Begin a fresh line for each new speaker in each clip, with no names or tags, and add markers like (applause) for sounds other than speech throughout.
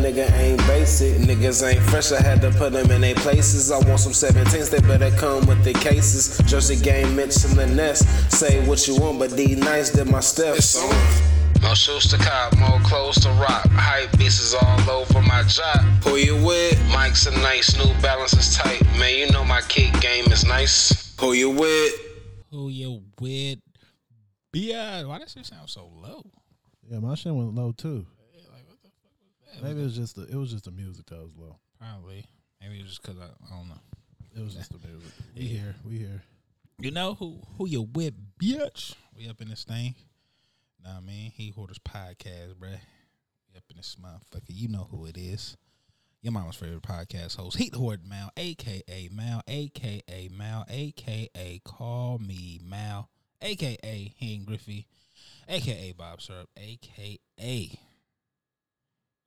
nigga ain't basic. Niggas ain't fresh, I had to put them in their places. I want some 17s, they better come with the cases. Jersey game, Mitch in the nest. Say what you want, but D nice did my steps.
More shoes to cop, more clothes to rock. Hype pieces all over my job.
Who you with?
Mike's a nice, new balance is tight. Man, you know my kick game is nice.
Who you with?
Who you with? Yeah, why does shit sound so low?
Yeah, my shit went low too. Maybe it was just the it was just the music that was low.
Probably. Maybe it's just because I, I don't know.
It was just the music. We here, we here.
You know who who you with, bitch? We up in this thing. Nah, I mean, he hoarders podcast, bruh. We up in this motherfucker. You know who it is. Your mama's favorite podcast host, Heat Horde Mal, aka Mal, aka Mal, aka Call Me Mal, aka Hen Griffey, aka Bob Syrup, aka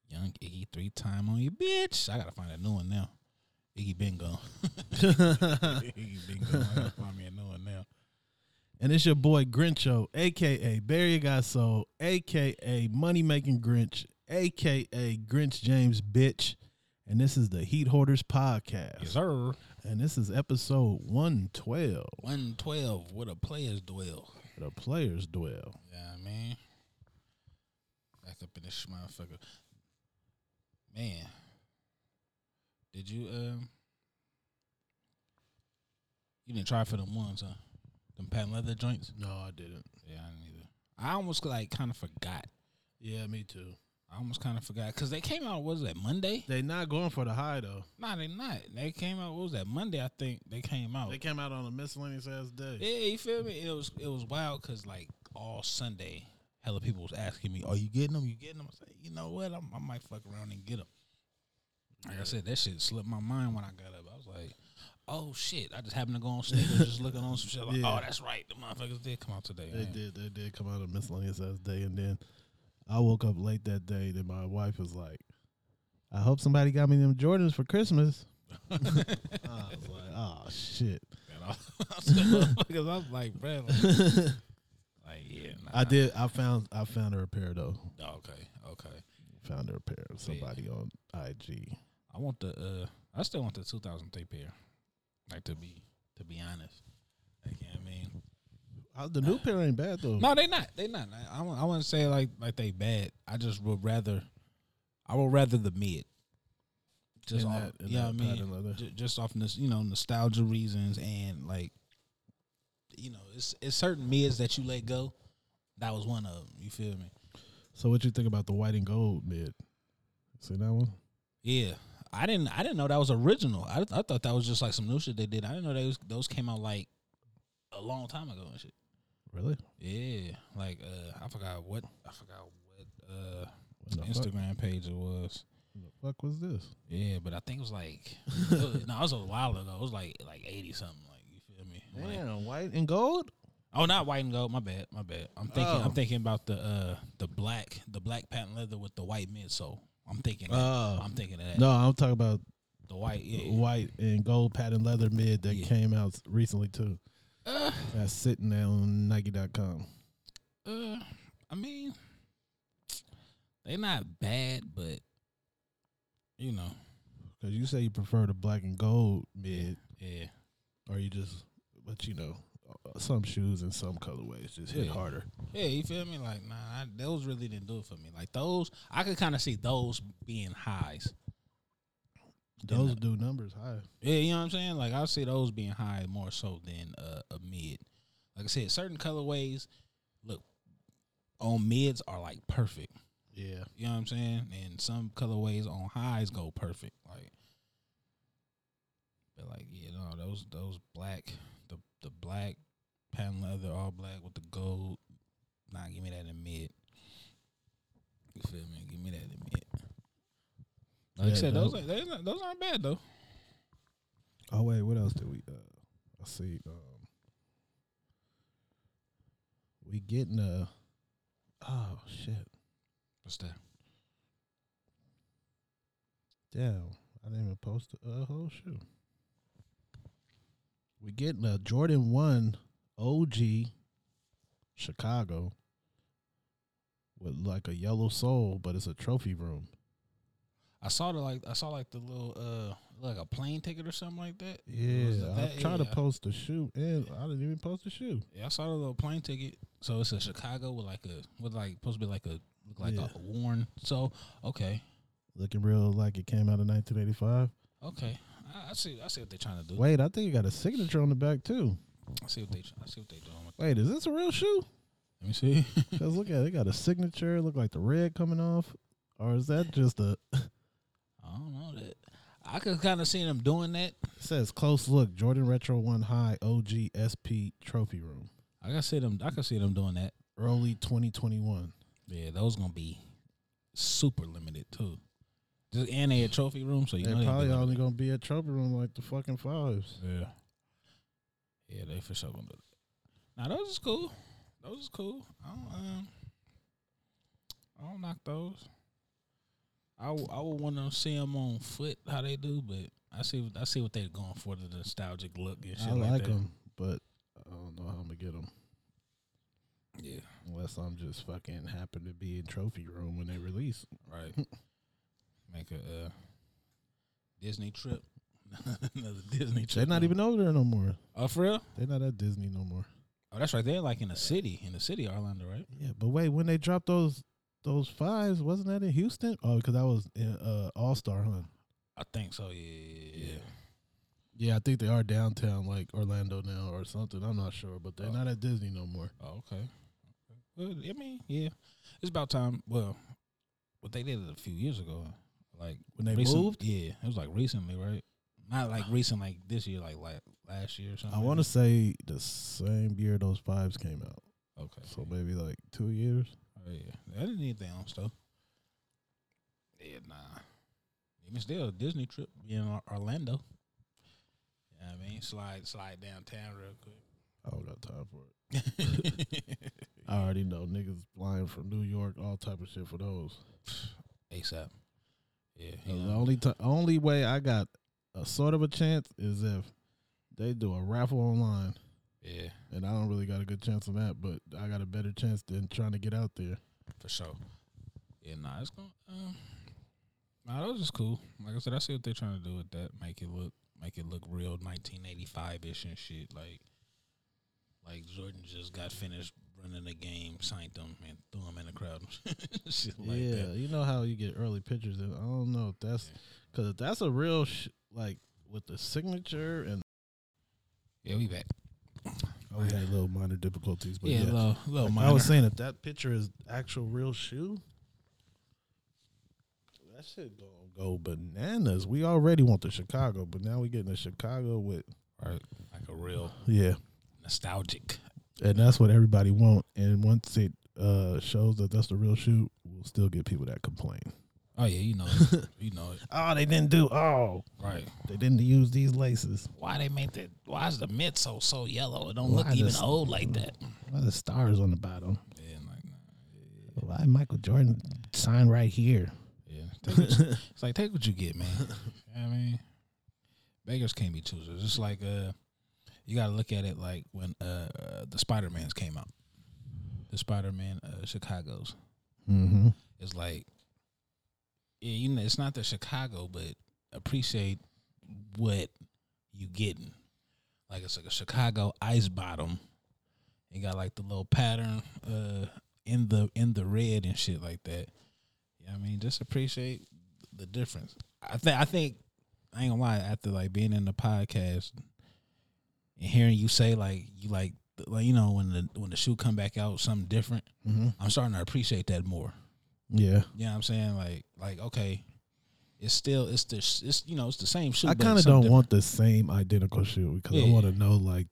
Young Iggy three time on you, bitch. I gotta find a new one now. Iggy been (laughs) gone. Iggy been gone. I gotta find me a new one now.
And it's your boy Grincho, aka Barry Got Soul, aka Money Making Grinch, aka Grinch James Bitch. And this is the Heat Hoarders Podcast.
Yes, sir.
And this is episode 112
One twelve with a player's duel.
The Players Dwell.
Yeah, I mean, back up in this motherfucker. Man, did you um, you didn't try for them ones, huh? Them patent leather joints?
No, I didn't.
Yeah, I didn't either. I almost like kind of forgot.
Yeah, me too.
I almost kind of forgot because they came out. What was that Monday?
They not going for the high though.
Nah, they not. They came out. What was that Monday? I think they came out.
They came out on a miscellaneous ass day.
Yeah, you feel me? It was it was wild because like all Sunday, hella people was asking me, "Are you getting them? You getting them?" I said, "You know what? I'm, I might fuck around and get them." Like I said, that shit slipped my mind when I got up. I was like, "Oh shit!" I just happened to go on sneakers, just looking on some shit. Like,
(laughs) Yeah.
"Oh, that's right. The motherfuckers did come out today."
They
man."
did. They did come out of miscellaneous ass day, and then I woke up late that day. Then my wife was like, "I hope somebody got me them Jordans for (laughs) Christmas." I was like, "Oh shit!"
And I, (laughs) I was like, "Motherfuckers," I was like, "Bro, like,
(laughs)
like, yeah." Nah, Oh,
I did. I found. I found her a pair though.
Okay, okay.
Found her a pair. of Somebody on IG.
I want the uh I still want the 2003 pair. Like to be to be honest. Like, you know what I mean?
Uh, The new pair ain't bad though.
No, they not. They not. I, I, wou- I wouldn't say like like they bad. I just would rather I would rather the mid. Just
In
off,
that- in
you know what I
that pattern
mean?
leather.
Ju- Just off this, you know, nostalgia reasons and like you know, it's it's certain mids that you let go. That was one of them. You feel me?
So what you think about the white and gold mid? See that one?
Yeah, I didn't. I didn't know that was original. I, I thought that was just like some new shit they did. I didn't know those those came out like a long time ago and shit.
Really?
Yeah, like uh, I forgot what I forgot what uh
What the fuck?
Instagram page it was.
Fuck was this?
Yeah, but I think it was
(laughs)
like it was- no, it was a while ago. It was like like eighty something. Like you feel me? Like-
white and gold.
oh, not white and gold. My bad. My bad. I'm thinking.
Oh.
I'm thinking about the uh the black the black patent leather with the white midsole. I'm thinking. That.
Oh.
I'm thinking of that.
No, I'm talking about
The white. Yeah.
white and gold patent leather mid that
Yeah.
came out recently too. That's sitting there on Nike.com.
Uh, I mean, they not bad, but you know,
Cause you say you prefer the black and gold mid,
yeah,
or you just, but you know, uh, some shoes and some colorways just hit
Yeah.
harder.
yeah. You feel me? Like, nah, I, those really didn't do it for me. Like those, I could kind of see those being highs.
Those do numbers high.
Yeah, you know what I'm saying? Like I see those being high more so than uh, a mid. Like I said, certain colorways look on mids are like perfect.
Yeah,
You know what I'm saying? And some colorways on highs go perfect. Like those those black the the black patent leather all black with the gold. Nah, give me that in the mid. You feel me? Give me that in the mid. Like I
Yeah,
said, those
dope.
ain't, they not, those aren't bad though.
Oh wait, what else did we? Uh, I see. Um, we getting a. Oh shit!
What's that?
Damn, I didn't even post a uh, whole shoe. We getting a Jordan One OG Chicago with like a yellow sole, but it's a trophy room.
I saw the like I saw like the little uh like a plane ticket or something like that. Was
Yeah,
it
I
that?
tried to
Yeah.
post the shoe, and I didn't even post the shoe.
Yeah, I saw the little plane ticket. So it's a Chicago with like a with like supposed to be like a look like
Yeah.
a worn. So okay,
Looking real like it came out in 1985.
okay, I, I see I see what they're trying to do.
Wait, I think it got a signature on the back too.
I see what they I see what they doing. With
Wait, is this a real shoe?
Let me see. (laughs)
Cause look at it, it got a signature. Look like the red coming off, or is that just a? (laughs) It
I don't know that. I could kind of see them doing that.
says close look Jordan Retro One High OG SP Trophy Room,
I could see them. I could see them doing that.
early 2021.
Yeah, those gonna be super limited too. Just and they a trophy room, so you
They
know they
probably
gonna-
only gonna be at Trophy Room like the fucking fives.
Yeah. Yeah, they for sure gonna do that. Now those is cool. Those is cool. I don't um I don't knock those. I, w- I would want to see them on foot how they do, but I see I see what they're going for the nostalgic look and shit
I like,
that.
them, but I don't know how I'm gonna get them
Yeah,
unless I'm just fucking happen to be in Trophy Room when they release.
right. (laughs) Make a uh, Disney trip, (laughs) another Disney trip.
They're not
on-
even over there no more.
Oh, for real?
They're not at Disney no more.
Oh, that's right. They're like in the city, in the city, of Orlando, right?
Yeah, but wait, when they dropped those those fives, wasn't that in Houston? Oh, because that was in, uh, All Star Hunt.
I think so. Yeah, yeah. yeah.
Yeah, I think they are downtown, like Orlando now or something. I'm not sure, but they're not at Disney no more.
Oh, okay. Well, I mean, yeah, it's about time. Well, what they did it a few years ago, like
When they
recent-
moved?
Yeah, it was like recently, right? Not like recent, like this year, like like last year or something.
I want to say the same year those fives came out,
to. Okay.
so maybe like two years.
Oh, yeah, I didn't need anything else though. Yeah, nah. Even still, Disney trip in Or- Orlando. Yeah, I mean, slide slide downtown real
I don't got time for it. (laughs)
quick. (laughs)
I already know niggas flying from New York, all type of shit for those.
ASAP. Yeah.
The
you know.
only ti only way I got a sort of a chance is if they do a raffle online.
Yeah.
and I don't really got a good chance on that, but I got a better chance than trying to get out there.
For sure. Yeah, nah, it's going. Um, nah, those is cool. Like I said, I see what they're trying to do with that. Make it look, make it look real, nineteen eighty five ish and shit. Like, like Jordan just got finished running the game, signed them, and threw them in the crowd. (laughs) shit like
yeah,
that.
you know how you get early pictures, and I don't know if that's because if that's a real sh- like with the signature and
Yeah, we back.
oh, we had little minor difficulties, but
yeah,
yeah,
little, little
Like,
minor.
I was saying if that picture is actual real shoe. That shit gonna go bananas. We already want the Chicago, but now we getting a Chicago with
right, like a real
yeah.
nostalgic.
and that's what everybody want. And once it uh, shows that that's the real shoe, we'll still get people that complain.
Oh yeah, you know,
(laughs)
it. you know it,
Oh, they didn't do. Oh,
right?
they didn't use these laces.
Why they make that? Why is the mid so so yellow? It don't
Why
look even
does-
old like that.
Why the stars on the bottom?
Yeah, like nah.
Why Michael Jordan sign right here?
(laughs) Yeah. Take what you- it's like take what you get, man. You know what I mean, beggars can't be choosers. It's like uh, you got to look at it like when uh, uh the Spider Mans came out, the Spider Man uh, Chicago's.
Mm-hmm.
It's like, yeah, you know, it's not the Chicago, but appreciate what you getting. Like it's like a Chicago ice bottom. It got like the little pattern uh in the in the red and shit like that. Yeah, I mean, just appreciate the difference. I think I think I ain't gonna lie. After like being in the podcast and hearing you say like you like like you know when the when the shoe come back out something different, I'm starting to appreciate that more.
Mm-hmm. Yeah,
You know what I'm saying? Like, like okay, It's still it's the sh- it's you know it's the same shoe.
I
but
kind of
it's something
don't want the same identical shoe because I
Yeah.
want to know like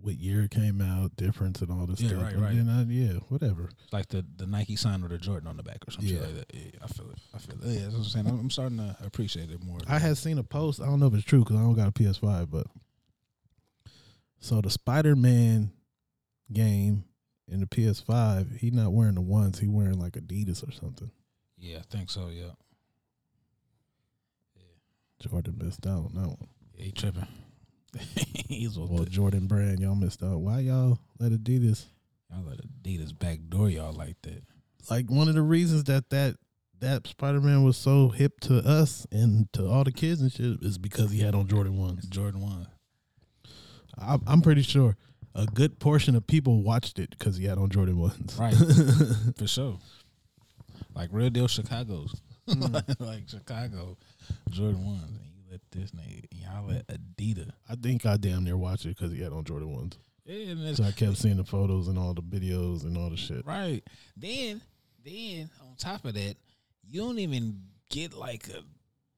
what year it came out, difference, and all this
Yeah,
stuff.
right,
and
right.
then I- yeah, whatever.
different. like the the Nike sign or the Jordan on the back or something
Yeah.
like that. Yeah, I feel it. I feel it. Yeah, that's what I'm saying. I'm, I'm starting to appreciate it more.
I had seen a post. I don't know if it's true because I don't got a PS5, but so the Spider Man game in the PS5, he not wearing the ones. He wearing like Adidas or something.
yeah, I think so. Yeah,
Jordan missed out on that one.
yeah he tripping. (laughs) He's with
Well,
the,
Jordan Brand, y'all missed out. Why y'all let Adidas?
y'all let Adidas backdoor y'all like that.
Like one of the reasons that that that Spider Man was so hip to us and to all the kids and shit is because he had on Jordan ones.
Jordan one.
I, I'm pretty sure a good portion of people watched it because he had on Jordan ones. (laughs)
Right. For sure. Like real deal Chicago's.
Hmm.
(laughs) like Chicago, Jordan ones. And you let this nigga y'all let Adidas.
I think I damn near watched it because he had on Jordan ones.
Yeah, and it's
So I kept seeing the photos and all the videos and all the shit.
right. Then then on top of that, you don't even get like a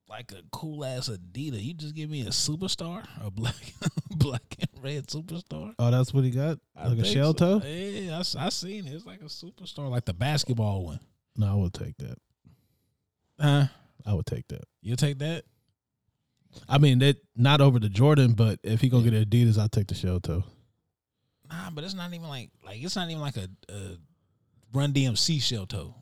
like a cool ass Adidas. You just give me a superstar, a black (laughs) black and red superstar.
Oh, that's what he got?
I
like a
think
shell
so.
toe?
Yeah, I, s- I seen it. It's like a superstar, like the basketball one.
No, I would take that.
Huh?
I would take that.
You take that?
I mean, that not over the Jordan, but if he gonna get Adidas, I'll take the shell toe.
Nah, but it's not even like like it's not even like a, a Run DMC shell toe.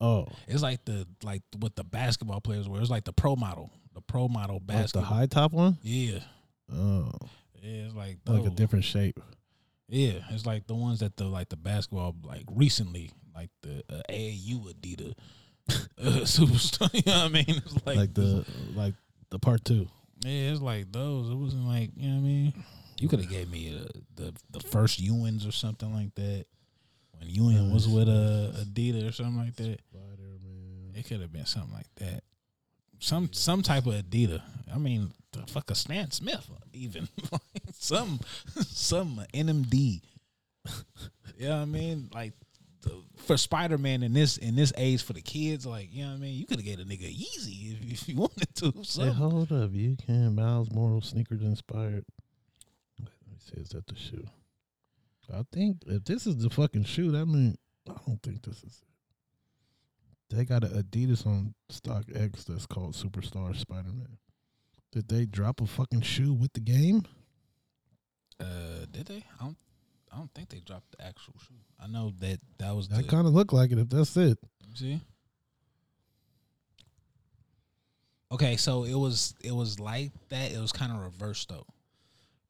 Oh,
It's like the like what the basketball players wear. It's like the pro model, the pro model
that's the
basketball.
high top one.
yeah,
Oh,
yeah, it's like
like a
those.
different shape.
Yeah, it's like the ones that the like the basketball like recently like the uh, AAU Adidas (laughs) uh, superstar. (laughs) You know what I mean? It's like,
Like, the like the part two.
yeah, it's like those. It wasn't like you know what I mean. You could have gave me uh, the the first Ewins or something like that when Ewan was with uh, Adidas or something like that. It could have been something like that. Some some type of Adidas. I mean, the fuck a Stan Smith (laughs) even some some NMD. (laughs) you know what I mean? Like the, for Spider Man in this in this age for the kids, like you know what I mean. You could have gave a nigga Yeezy if, if you (laughs) wanted to.
Hey,
So
hold up, you can Miles Morrow sneakers inspired. Let me see, is that the shoe? I think if this is the fucking shoe, that mean I don't think this is. They got an Adidas on Stock X that's called Superstar Spider Man. Did they drop a fucking shoe with the game?
uh, did they? I don't I don't think they dropped the actual shoe. I know that that was the.
That kind of looked like it. If that's it,
See. Okay, so it was it was like that. It was kind of reversed though.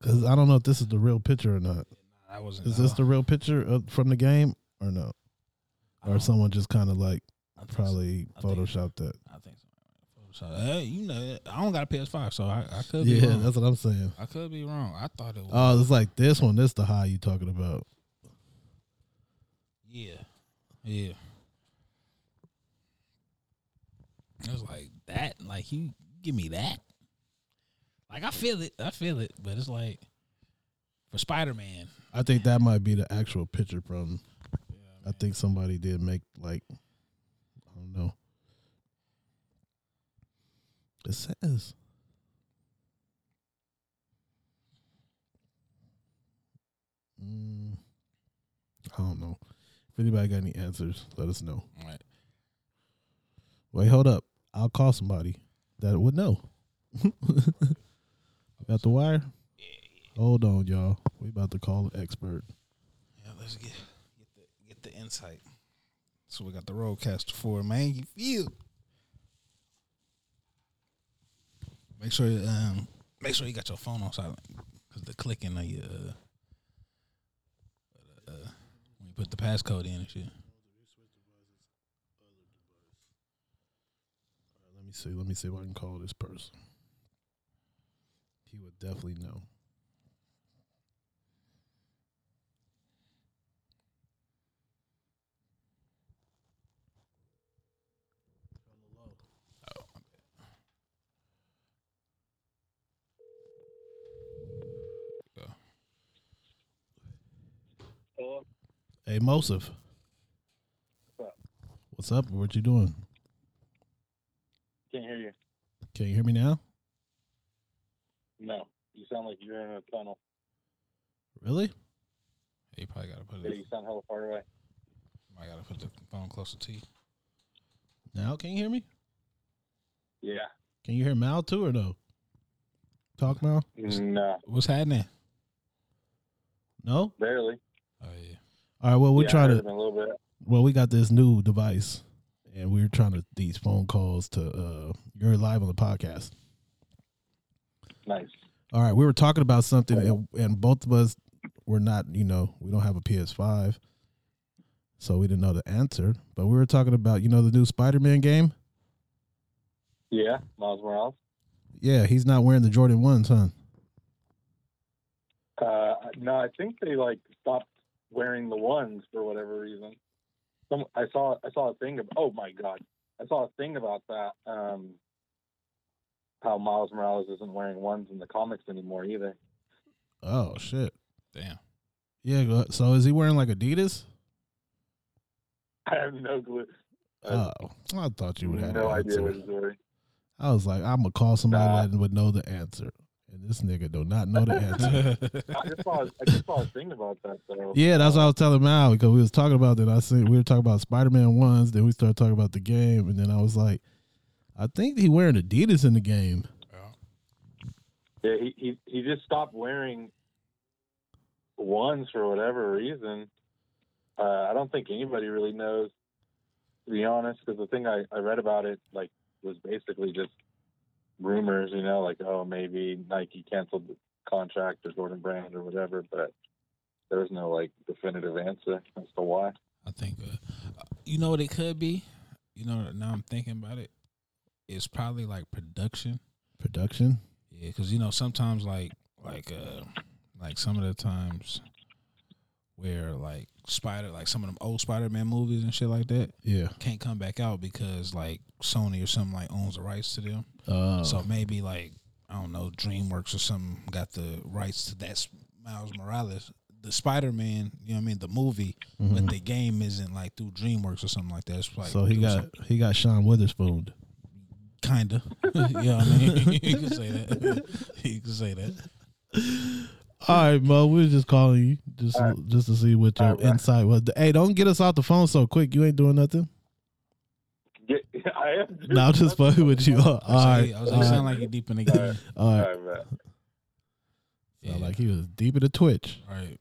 because I don't know if this is the real picture or not.
I wasn't.
Is this the real picture of, from the game or no? Or someone just kind of like probably
I think-
photoshopped that?
I think so. so hey, you know, I don't got a PS5, so I, I could be
Yeah,
wrong.
that's what I'm saying.
I could be wrong. I thought it was.
Oh, it's like this one. This the high you talking about?
yeah, yeah. It was like that. Like you give me that. Like I feel it. I feel it. But it's like for Spider Man.
I think that might be the actual picture from. I think somebody did make like, I don't know. It says. Mm, I don't know. If anybody got any answers, let us know.
Right.
Wait, hold up. I'll call somebody that would know. (laughs) Got the wire? Hold on, y'all. We about to call an expert.
Yeah, let's get get the get the insight. So we got the roadcaster for it, man. You feel? Make sure um make sure you got your phone on silent because the clicking of your uh, uh, when you put the passcode in and shit.
Let me see. Let me see if I can call this person. He would definitely know. Hey, Mosif. What's up? What you doing?
Can't hear
Can you hear me now?
No, you sound like you're in a tunnel.
Really?
You probably gotta put
Yeah,
it.
you sound hella far away.
I gotta put the phone closer to you.
Now can you hear me?
Yeah.
Can you hear Mal too or no? Talk Mal?
No,
What's happening?
No?
barely.
Oh yeah.
All right, well we
yeah, I
try
heard
to
him a little bit.
well we got this new device and we are trying to these phone calls to uh you're live on the podcast.
Nice.
All right, we were talking about something, and, and both of us were not, you know, we don't have a PS5, so we didn't know the answer. But we were talking about, you know, the new Spider-Man game.
Yeah, Miles Morales.
Yeah, he's not wearing the Jordan ones, huh?
Uh, no, I think they like stopped wearing the ones for whatever reason. Some I saw I saw a thing about oh my god I saw a thing about that um, how Miles Morales isn't wearing ones in the comics anymore either. (laughs)
Oh shit.
Damn.
Yeah. go- So is he wearing like Adidas?
I have no clue.
Oh,
Uh,
I thought you would have
no
the
idea what
answer.
he's wearing.
I was like, I'm gonna call somebody
Nah.
that would know the answer, and this nigga do not know the answer. (laughs)
I just saw I just saw a thing about that though.
Yeah, that's what I was telling Mal because we was talking about that. I said we were talking about Spider Man ones, then we started talking about the game, and then I was like, I think he wearing Adidas in the game.
Yeah, he, he he just stopped wearing ones for whatever reason. Uh, I don't think anybody really knows, to be honest, because the thing I, I read about it like was basically just rumors, you know, like oh maybe Nike canceled the contract or Jordan Brand or whatever, but there was no like definitive answer as to why. (laughs)
I think uh, you know what it could be. You know now I'm thinking about it. It's probably like production.
Production.
Yeah, because you know sometimes like like uh like some of the times where like Spider like some of them old Spider Man movies and shit like that
Yeah.
can't come back out because like Sony or something like owns the rights to them.
Uh,
So maybe like I don't know DreamWorks or something got the rights to that Miles Morales. The Spider Man, you know what I mean, the movie, but the game isn't like through DreamWorks or something like that. It's like
mhm. Mm-hmm. so he
through
got
some-
he got Sean Witherspoon.
kinda, (laughs) you know what I mean. (laughs) you can say that. (laughs) you can say that.
All right, Mo, we were just calling you just
All
just to see what your
All right.
insight was. Hey, don't get us off the phone so quick. You ain't doing nothing.
Yeah, I am.
No, I'm just fucking
(laughs)
with you.
So,
All right,
yeah, I
all
was like, sound
right,
like you deep in the game.
all right.
Sorry, man.
Sound like he was deep in the Twitch. (laughs)
Right.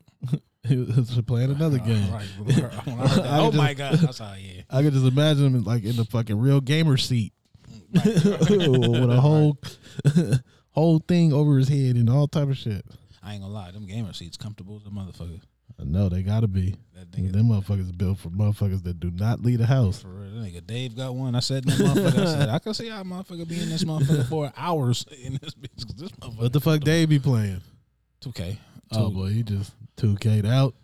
He was playing another
Uh,
game.
right. (laughs) When I heard
(laughs)
that, oh my god! That's all. Yeah.
I could just imagine him like in the fucking real gamer seat.
Mm,
(laughs) with a whole (laughs) whole thing over his head and all type of shit.
I ain't gonna lie. Them gamer seats comfortable as a motherfucker.
I know they gotta be.
That nigga,
Them motherfuckers built for motherfuckers that do not leave the house.
for real, that nigga Dave got one. I said, that motherfucker. I said, I can see how a motherfucker be in this motherfucker for hours (laughs) in this bitch. 'cause This motherfucker.
What the fuck they be playing?
Two K.
Oh boy, he just two K'd out.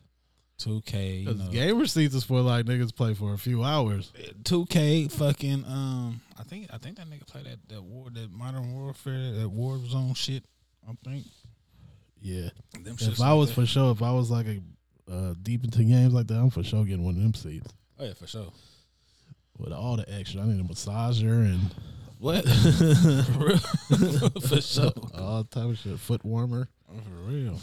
Two K.
'Cause gamer seats is for like niggas play for a few hours.
Two K. Fucking. Um. I think. I think that nigga played that that war that modern warfare that war zone shit. I think.
Yeah.
Them shits
If I
like
was
that.
for sure, if I was like a uh, deep into games like that, I'm for sure getting one of them seats.
Oh yeah, for sure.
With all the extra, I need a massager (laughs) and
(laughs) What? for real? for sure.
all type of shit, foot warmer.
For real.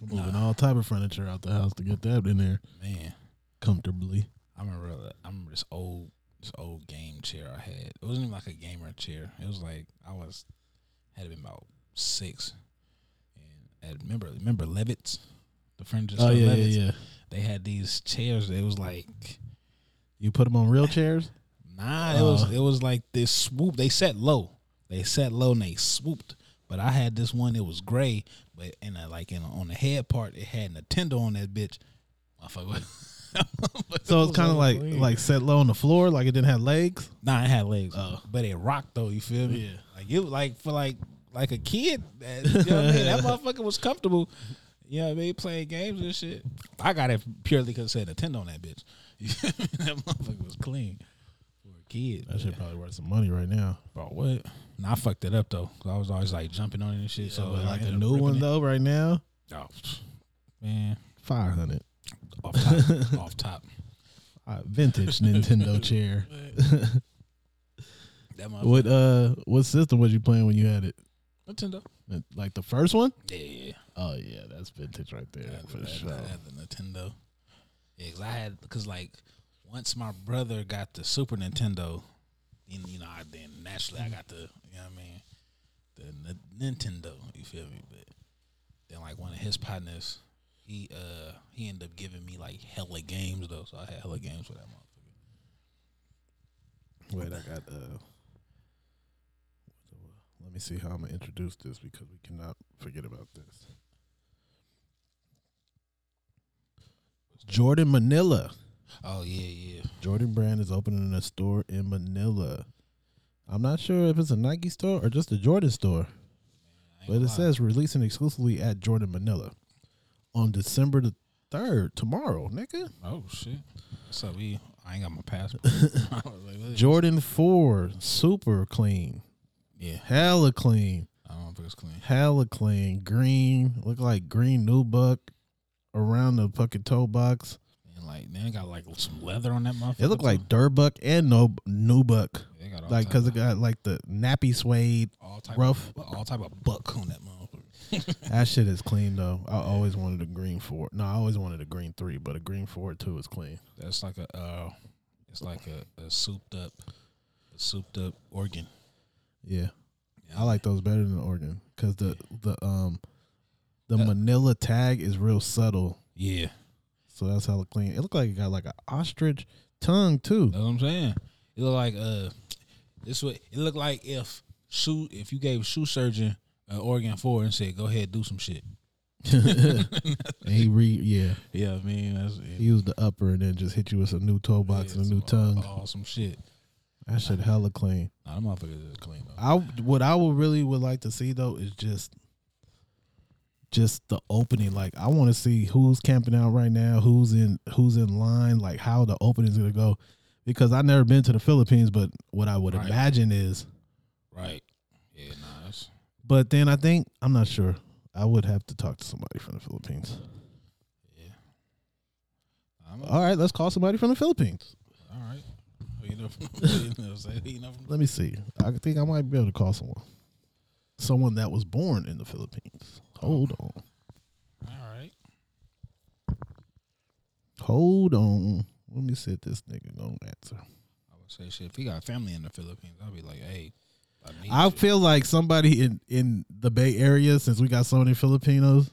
(laughs) Moving all type of furniture out the house to get that in there
Man,
comfortably.
I remember uh, I remember this old this old game chair I had. It wasn't even like a gamer chair. It was like I was had been about six, and I remember remember Levitt's, the furniture
Oh,
store Levitt's. They had these chairs. That it was like
You put them on real (laughs) chairs.
nah. It
Uh.
was it was like this swoop. They sat low. They sat low and they swooped. But I had this one. It was gray, but in a, like in a, on the head part, it had Nintendo on that bitch. Motherfucker. (laughs)
So it's kind of like like set low on the floor, like it didn't have legs.
Nah, it had legs, but it rocked though. You feel me?
Yeah.
Like you like for like like a kid. That, you know what I mean?
(laughs)
That motherfucker was comfortable. You know what I mean? Playing games and shit. I got it purely because it said Nintendo on that bitch. (laughs) You feel me? that motherfucker was clean for a kid.
That shit probably worth some money right now.
Bro, what? Nah, I fucked it up though. 'cause I was always like jumping on it and shit. so
But like
I
a
ended up
new
ripping
one
it.
though, right now,
Oh, man,
five hundred.
off top, off top.
(laughs) vintage Nintendo chair.
That motherfucker.
(laughs) What uh, what system was you playing when you had it?
Nintendo.
Like the first one?
Yeah.
Oh yeah, that's vintage right there
I had
for
the- I had
sure.
the- I had the Nintendo. Yeah, 'cause I had because like once my brother got the Super Nintendo, then you know I then naturally I got the you know what I mean the N- Nintendo. You feel me? But then like one of his partners, he uh he ended up giving me like hella games though, so I had hella games for that motherfucker.
Wait, I got uh. Let me see how I'm gonna introduce this because we cannot forget about this. Jordan Manila.
Oh yeah, yeah.
Jordan Brand is opening a store in Manila. I'm not sure if it's a Nike store or just a Jordan store, but it says releasing exclusively at Jordan Manila on December the third, tomorrow, nigga.
Oh shit. So we I ain't got my
(laughs)
passport. I was like, what?
Jordan Four, super clean,
yeah,
hella clean.
I don't know if it's clean.
hella clean, green, look like green new buck around the fucking toe box.
And like then it got like some leather on that motherfucker.
It looked
too.
like Durbuck and no new buck,
They got all
like
type
because
of-
it got like the nappy suede.
all type
rough.
of, all type of buck on that motherfucker. (laughs)
That shit is clean though. I always wanted a green four. No, I always wanted a green three, but a green four too is clean.
That's like a uh, it's like a, a souped up, a souped up organ.
Yeah, I like those better than the Oregon because the the um the Manila tag is real subtle,
Yeah,
so that's hella clean. It looked like it got like an ostrich tongue too.
that's what I'm saying. It look like uh, this what it looked like if shoe if you gave shoe surgeon an organ four and said go ahead do some
(laughs)
shit. (laughs)
And he re yeah.
Yeah, I mean that's it.
Use the upper and then just hit you with a new toe box and a new tongue.
awesome uh, shit.
That shit hella clean.
Nah, them motherfuckers is clean though.
I what I would really would like to see though is just just the opening. Like I want to see who's camping out right now, who's in who's in line, like how the opening's gonna go. Because I've never been to the Philippines, but what I would
Right.
imagine is.
Right. Yeah, nah, that's
But then I think I'm not sure. I would have to talk to somebody from the Philippines.
I'm
All right, let's call somebody from the Philippines.
all right. You know, (laughs) you know, say, you know,
Let me see. I think I might be able to call someone. Someone that was born in the Philippines. Hold on.
all right.
Hold on. Let me see if this nigga gonna answer.
I would say shit. If he got family in the Philippines, I'd be like, hey, I need
I
you.
feel like somebody in in the Bay Area, since we got so many Filipinos,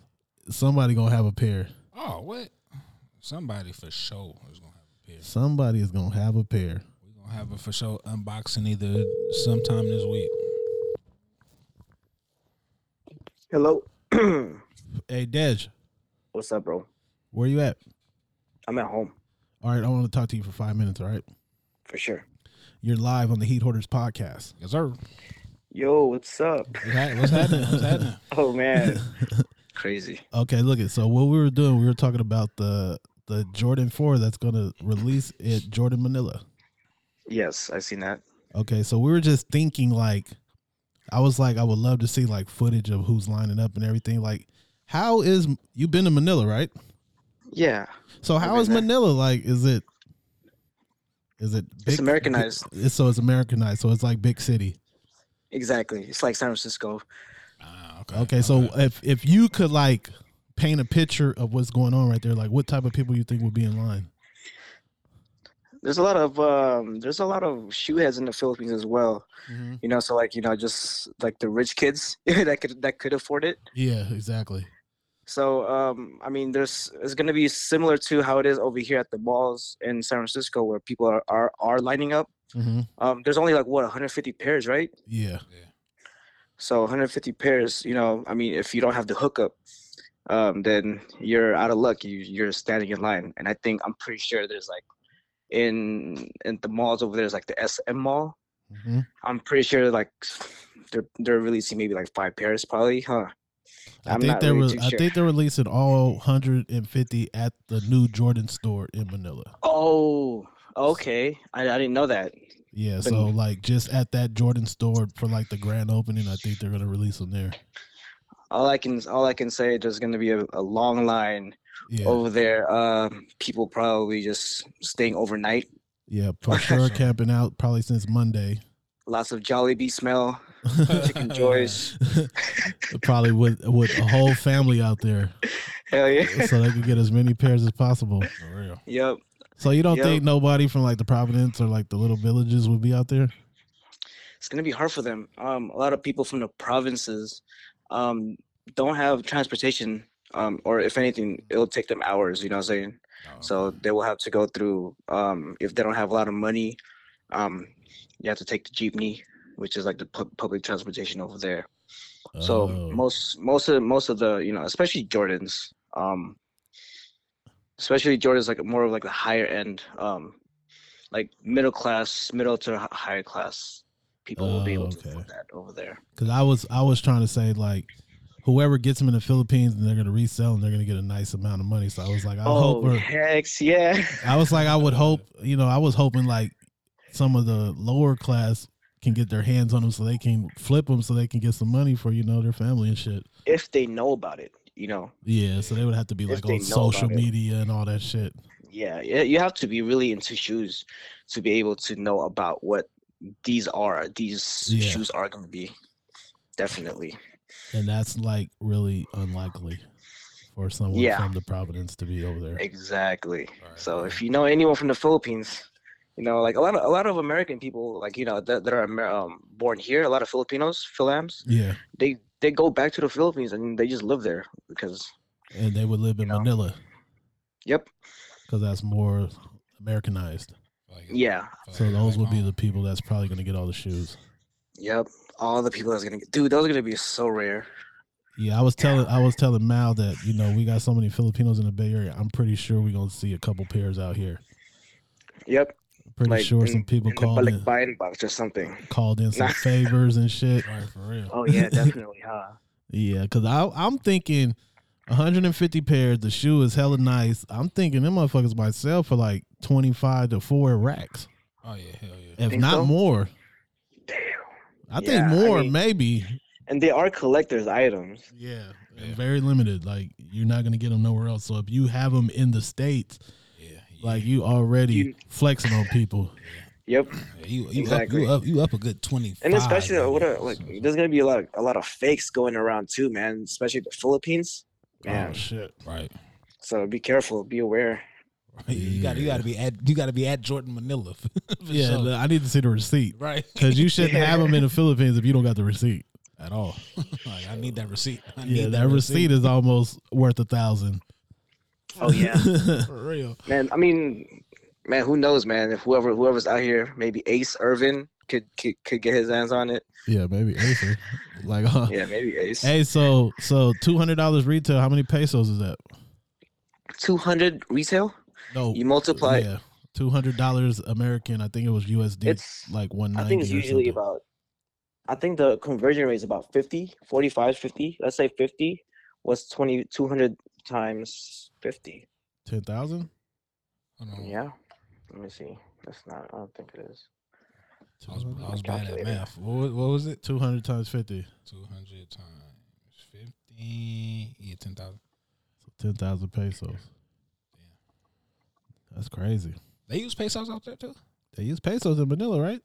somebody gonna have a pair.
Oh, what? Somebody for sure is gonna have a pair.
Somebody is gonna have a pair.
We're gonna have a for sure unboxing either sometime this week.
Hello.
Hey Dej,
What's up, bro?
where you at?
I'm at home
All right, I want to talk to you for five minutes. All right,
for sure.
you're live on the Heat Hoarders podcast.
Yes, sir.
Yo, what's up?
(laughs) What's hap- what's happening? What's
(laughs)
happening?
Oh man, crazy.
Okay, look it. So what we were doing, we were talking about the the Jordan Four that's gonna release at Jordan Manila.
Yes, I seen that.
Okay, so we were just thinking like I was like I would love to see like footage of who's lining up and everything. Like how is you've been to Manila, right?
Yeah,
So how
been
is
there.
Manila like is it is it
it's Americanized.
It's, so it's Americanized. So it's like big city.
Exactly. It's like San Francisco.
Ah, okay.
Okay, so if if you could like paint a picture of what's going on right there, like what type of people you think would be in line?
There's a lot of um, there's a lot of shoe heads in the Philippines as well. You know, so like you know, just like the rich kids (laughs) that could that could afford it.
Yeah, exactly.
So um, I mean, there's it's gonna be similar to how it is over here at the malls in San Francisco, where people are are, are lining up.
hmm
Um, there's only like what 150 pairs, right?
Yeah.
So 150 pairs, you know, I mean, if you don't have the hookup, um, then you're out of luck. You you're standing in line, and I think I'm pretty sure there's like in in the malls over there's like the SM mall.
hmm
I'm pretty sure like they're they're releasing maybe like five pairs probably, huh?
I
I'm
think
not
they're
really
re-
too
I
sure.
think they're releasing all 150 at the new Jordan store in Manila.
Oh, okay. I, I didn't know that.
Yeah,
But-
so like just at that Jordan store for like the grand opening, I think they're gonna release them there.
All I can all I can say there's gonna be a, a long line
Yeah,
over there. Um, people probably just staying overnight. (laughs)
yeah, for sure camping out probably since Monday.
lots of Jollibee smell,
(laughs)
chicken joys.
Probably with with a whole family out
(laughs)
there,
Hell yeah. (laughs)
so they could get as many pairs as possible.
For real.
Yep.
So you don't
Yep.
think nobody from like the Providence or like the little villages would be out there?
It's gonna be hard for them. Um, a lot of people from the provinces um don't have transportation. Um, or if anything, it'll take them hours, you know what I'm saying?
Oh,
So they will have to go through, um, if they don't have a lot of money, um, you have to take the jeepney, which is like the pu- public transportation over there. So
Oh.
most, most of, most of the, you know, especially Jordans, um, especially Jordans, like more of like the higher end, um, like middle class, middle to hi- higher class people will be
Oh,
able to
okay.
afford that over there.
Because I was I was trying to say like whoever gets them in the Philippines and they're gonna resell and they're gonna get a nice amount of money. So I was like, I hope
oh,
or,
hex, (laughs) yeah.
I was like, I would hope you know I was hoping like some of the lower class can get their hands on them so they can flip them so they can get some money for you know their family and shit.
if they know about it, you know,
Yeah, so they would have to be
If
like
they
on
know
social
about it.
media and all that shit.
yeah yeah you have to be really into shoes to be able to know about what these are these
Yeah.
shoes are going to be definitely
And that's like really unlikely for someone
Yeah.
from the Providence to be over there.
exactly
Alright,
so
alright.
if you know anyone from the philippines you know like a lot of a lot of american people like you know that, that are Amer- um, born here a lot of filipinos philams
Yeah,
they they go back to the philippines and they just live there because
and they would live in
You know?
Manila
yep
because that's more Americanized.
like-
yeah
like-
So those
like um,
would be
home.
the people that's probably gonna get all the shoes.
yep all the people that's gonna get dude those are gonna be so rare
Yeah, I was telling I was telling Mal that you know we got so many Filipinos in the Bay Area. I'm pretty sure we're gonna see a couple pairs out here.
yep
Pretty sure some people
in
called
the
in,
Balikbayan box or something
called in some
Nah.
favors and shit.
Right, for real.
oh (laughs) yeah definitely huh
(laughs) Yeah, because I I'm thinking 150 pairs. The shoe is hella nice. I'm thinking them motherfuckers might sell for like 25 to four racks,
Oh yeah, hell yeah.
if
Think
not
so?
more.
damn
I
Yeah,
think
I
more,
mean-
maybe.
and they are collectors items
Yeah, and
Yeah.
very limited. Like you're not gonna get them nowhere else. So if you have them in the states,
Yeah, yeah.
like you already
You-
flexing on people.
yep
Yeah, you, you
Exactly.
up, you up, you up a good twenty.
and especially what a, like there's gonna be a lot of, a lot of fakes going around too man especially the philippines man
Oh shit.
right. (laughs)
so be careful be aware
You got to you got to be at you got to be at Jordan Manila. (laughs) for
Yeah,
sure.
the- I need to see the receipt
right.
because you
(laughs)
shouldn't have them in the Philippines if you don't got the receipt at all.
(laughs) Like, I need that receipt. I need
Yeah, that receipt is almost worth a thousand.
oh
(laughs)
(laughs)
yeah
for real.
(laughs) man i mean man who knows man if whoever whoever's out here maybe ace irvin could could, could get his hands on it
yeah, maybe Acer. (laughs) Like, uh,
yeah maybe ace
hey, so so two hundred dollars retail. How many pesos is that?
200 retail
No,
you multiply
Oh, yeah, two hundred dollars American. I think it was USD.
it's
like one
i
ninety.
think it's usually about i think the conversion rate is about 50 45 50 let's say 50 was 20 200 times 50
ten thousand.
Hold
Hmm.
on.
Yeah. Let me see. That's not. I don't think it is.
I was, I was bad at
Calculator.
math. What, was- what was it?
Two hundred times fifty.
Two hundred times fifteen. Yeah, ten thousand.
So ten thousand pesos. That's crazy.
They use pesos out there too.
They use pesos in Manila, right?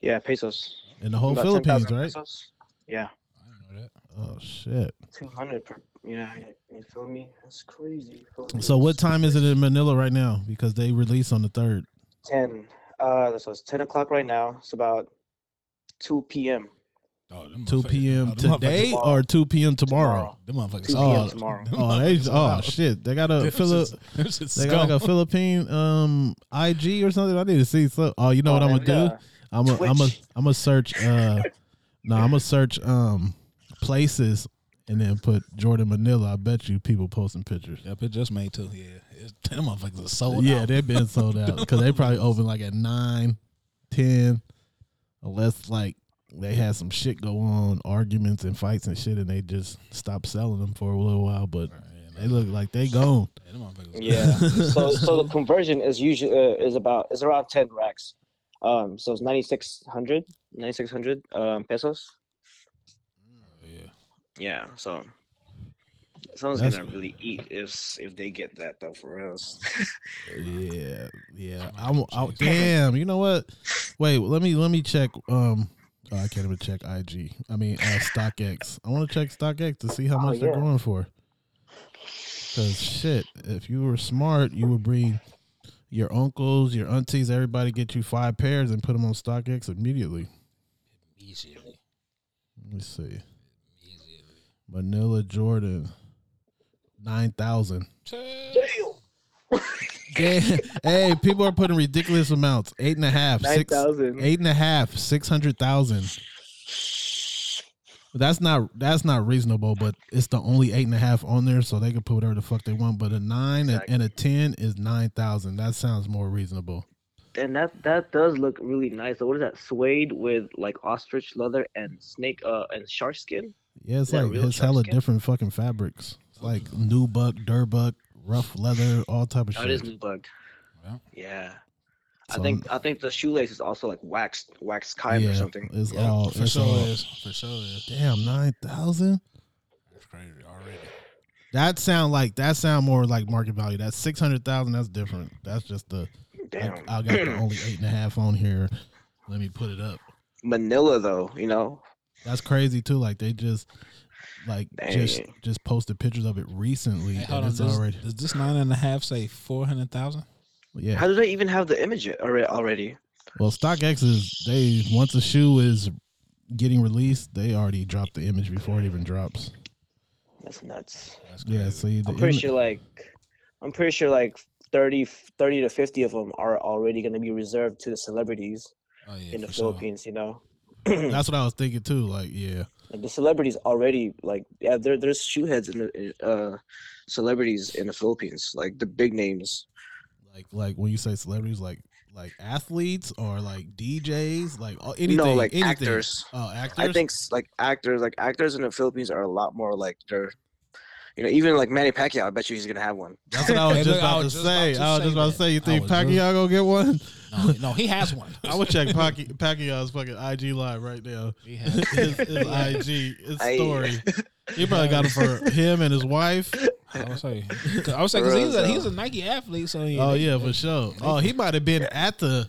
Yeah, pesos.
In the whole
About
Philippines,
10,000
right?
pesos. Yeah,
I didn't know that.
Oh shit.
two hundred per. You know, you feel me? That's crazy.
So what time is it in Manila right now? Because they release on the third.
Ten. Uh, so it's ten o'clock right now. It's about two p.m.
Oh, them
Two
motherfuckers-
p.m.
oh, them motherfuckers-
today
tomorrow.
or two p.m. tomorrow.
Them motherfuckers.
Two
Oh,
p.m. tomorrow.
(laughs)
Oh, they, oh shit! They got a Philip. (laughs) They got like a Philippine um IG or something. I need to see. So, oh, you know what
Oh,
I'm gonna
and,
do?
uh,
I'm gonna I'm gonna
Twitch.
I'm gonna search.
(laughs)
Uh, no, I'm gonna search um places and then put Jordan Manila. I bet you people posting pictures.
Yep, it just made two. Yeah, it's, them motherfuckers are sold
yeah,
out.
they've been sold out because they probably open like at 9, 10, unless like they had some shit go on, arguments and fights and shit, and they just stopped selling them for a little while. But they look like they gone.
Yeah, them motherfuckers.
Yeah.
(laughs)
so so the conversion is usually uh, is about is around ten racks. Um, so it's 9,600, 9,600 um, pesos.
(laughs) Yeah.
Yeah, so someone's
That's-
gonna really eat if if they get that though for (laughs) reals.
Yeah, yeah. I'm, I, damn, you know what? Wait, let me let me check um Oh, I can't even check IG. I mean, uh, StockX. I want to check StockX to see how much they're
yeah.
going for. Because shit, if you were smart, you would bring your uncles, your aunties, everybody get you five pairs and put them on StockX immediately.
Easily.
Let me see. Manila Jordan, nine thousand. Yeah. hey, people are putting ridiculous amounts. Eight and a half, six,
9,000.
eight and a half, six hundred thousand. That's not that's not reasonable, but it's the only eight and a half on there, so they can put whatever the fuck they want. But a nine and- and a ten is nine thousand. That sounds more reasonable.
And that that does look really nice. So what is that? Suede with like ostrich leather and snake uh and shark skin.
Yeah, it's
Is that
like
real
it's hella
sheepskin?
different fucking fabrics. It's like new buck, durbuck, rough leather, all type of
Oh,
shit.
it is new bug.
Well.
Yeah. I
So
think I think the shoelace is also like waxed waxed cotton or
yeah,
something.
it's
Yeah,
all
for
it's
sure
all.
is. For sure is.
Damn, nine thousand.
That's crazy already.
That sound like that sound more like market value. That's six hundred thousand. That's different. That's just the
Damn.
I, I got
(clears throat)
the only eight and a half on here. Let me put it up.
Manila though, you know.
That's crazy too. Like they just like just
Dang.
just posted pictures of it recently,
Hey,
and
hold on.
it's
Does,
already
does this nine and a half say four hundred thousand?
yeah.
How do they even have the image yet- alre- already?
Well, StockX is they once a shoe is getting released, they already dropped the image before it even drops.
That's nuts.
Yeah, see, the
I'm pretty
image-
sure like I'm pretty sure like 30, 30 to 50 of them are already going to be reserved to the celebrities
Oh yeah,
in the
for sure.
Philippines, you know.
that's what I was thinking too. Like yeah,
Like the celebrities already like yeah, there there's shoeheads in the in, uh celebrities in the Philippines, like the big names.
like like when you say celebrities, like like athletes or like DJs, like all- anything,
no, like
anything.
actors.
Oh, actors.
I think s- like actors, like actors in the Philippines are a lot more like they're you know, even like Manny Pacquiao, I bet you he's gonna have one.
That's what
(laughs)
I was
Hey,
just
look,
about to say. I was just about to
that.
say. You
I
think
was just-
Pacquiao gonna
(laughs)
get one?
No, no, he has one.
(laughs) I would check Pac- Pacquiao's fucking IG live right now.
He
His,
has.
his
(laughs)
IG, his
I-
story.
(laughs)
He probably got it for him and his wife.
I would
(laughs)
say. (laughs) 'Cause I would say because he's a
Bruh,
he's a Nike athlete, so yeah,
Oh
they-
yeah, for sure. Oh, he might have been at the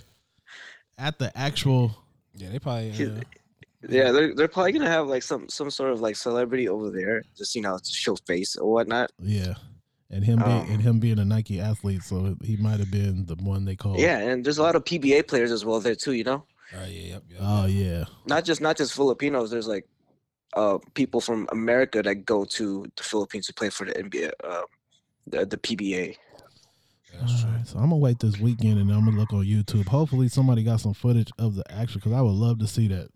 at the actual.
yeah, they probably. Uh,
Yeah, they're they're probably gonna have like some some sort of like celebrity over there, just you know, to show face or whatnot.
Yeah, and him being
Um.
and him being a Nike athlete, so he might have been the one they called.
Yeah, and there's a lot of PBA players as well there too, you know.
oh yeah, yep, yep.
Oh yeah.
Not just not just Filipinos, there's like uh people from America that go to the Philippines to play for the NBA uh, the, the PBA.
That's true.
All right, so I'm gonna wait this weekend and I'm gonna look on YouTube. Hopefully, somebody got some footage of the action because I would love to see that.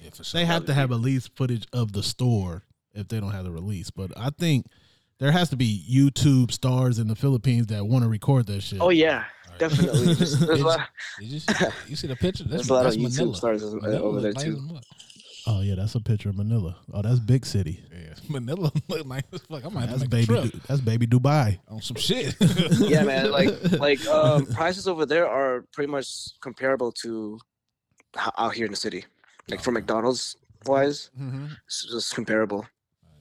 Yeah, for sure.
They have to have at least footage of the store if they don't have the release. But I think there has to be YouTube stars in the Philippines that want to record that shit.
Oh yeah,
Alright. (laughs)
definitely. There's, there's a lot,
Did you see,
(laughs)
you see the picture? That's,
there's a lot of
that's
YouTube
Manila.
stars as- uh,
Manila
over
look
there
nice
too.
as fuck.
Oh yeah, that's a picture of Manila. Oh, that's big city.
Yeah, (laughs) Manila look nice as fuck. I might have
That's
to make a
baby.
trip
Du- that's baby Dubai.
on some
(laughs)
shit.
(laughs)
Uh,
yeah,
(laughs)
man. Like, like um, prices over there are pretty much comparable to h- out here in the city. Like for McDonald's wise,
Mm-hmm.
it's just comparable.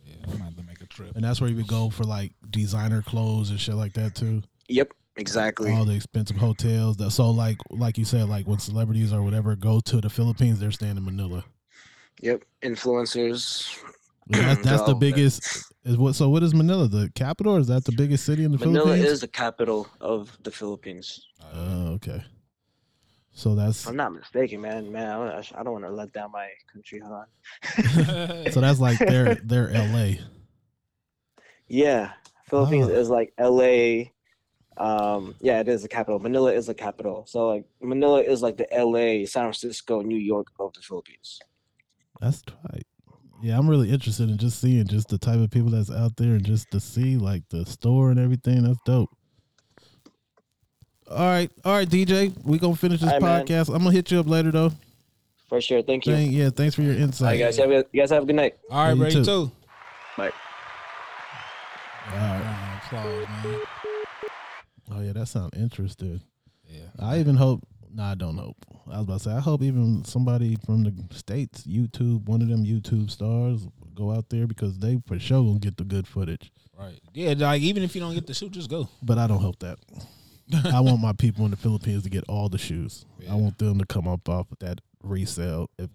yeah, I might have to make a trip.
And that's where you would go for like designer clothes and shit like that too.
Yep, exactly.
All the expensive hotels. That so like like you said, like when celebrities or whatever go to the Philippines, they're staying in
(clears throat)
Manila.
Yep, influencers.
Yeah, that's that's the
No, man.
biggest. Is what? So what is Manila? The capital? Or is that the biggest city in the
Manila
Philippines?
is the capital of the Philippines.
Oh, okay. So that's
If I'm not mistaken, man. Man, I, don't- I don't want to let down my country. Hold on.
so that's like
(laughs)
their their L.A.
Yeah, Philippines
Ah.
is like LA. Um, yeah, it is the capital. Manila is the capital. So like Manila is like the LA, San Francisco, New York of the Philippines.
That's tight. Yeah, I'm really interested in just seeing just the type of people that's out there and just to see like the store and everything. That's dope. All right, all right, DJ, we gonna finish this
All right, man.
podcast. I'm gonna hit you up later though.
For sure. Thank you.
Thank, yeah, thanks for your
All
insight.
right, guys. Have a, you guys have a good night.
All right,
You
bro. You
too.
too.
Bye.
All right. Round of applause, man.
Oh yeah, that sounds interesting.
Yeah.
I even hope. No, I don't hope. I was about to say, I hope even somebody from the states, YouTube, one of them YouTube stars, go out there because they for sure gonna get the good footage.
Right. Yeah, like even if you don't get the shoot, just go.
But I don't
(laughs)
hope that. I want my people in the Philippines to get all the shoes. I want them to come up off of that resale. If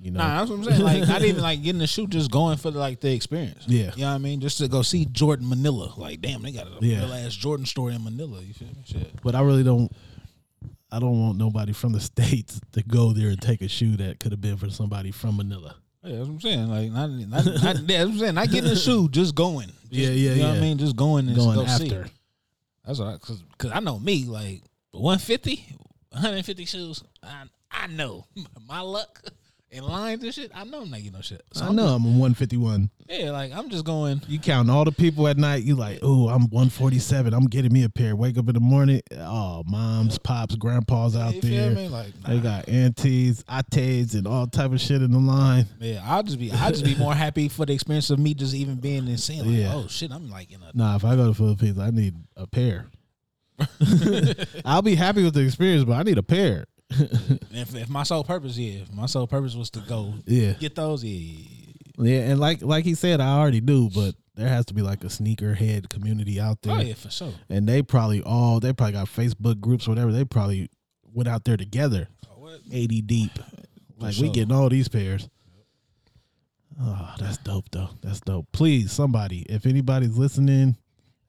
You know,
Nah, that's what I'm saying. Like not even like getting the shoot, just going for the, like the experience.
Yeah.
you know what I mean. Just to go see Jordan Manila. Like damn, they got a
Yeah.
real ass Jordan store in Manila. You feel me? Shit.
but I really don't. I don't want nobody from the (laughs) states to go there and take a shoe that could have been for somebody from Manila.
Yeah, that's what I'm saying. Like not, (laughs) not, not yeah, that's what I'm saying. Not getting the shoe, just going. Just,
Yeah, yeah,
You know what I
yeah.
mean? Just going and
Going
go
after.
See. That's all right. Cause, 'cause I know me. Like 150, 150 shoes. I I know (laughs) my luck and lines and shit. I know I'm not getting no shit. So
I
I'm
know I'm a 151.
just- yeah, like I'm just going.
You counting all the people at night. You like, oh, I'm 147. I'm getting me a pair. Wake up in the morning. Oh, moms, pops, grandpas out
You feel
there.
me? Like nah.
They got aunties, aunties, and all type of shit in the line.
Yeah, I'll just be I'll just be more happy for the experience of me just even being and seeing like,
Yeah.
oh shit, I'm like in a
Nah, if I go to Philippines, I need a pair. I'll be happy with the experience, but I need a pair.
if, if my sole purpose, yeah, if my sole purpose was to go
Yeah,
get those, yeah.
yeah, and like like he said, I already do, but there has to be like a sneakerhead community out there,
Oh yeah, for sure.
and they probably all they probably got Facebook groups, or whatever. They probably went out there together, eighty deep. Like
Oh,
we
sure.
getting all these pairs. Oh, that's dope though. That's dope. Please, somebody, if anybody's listening,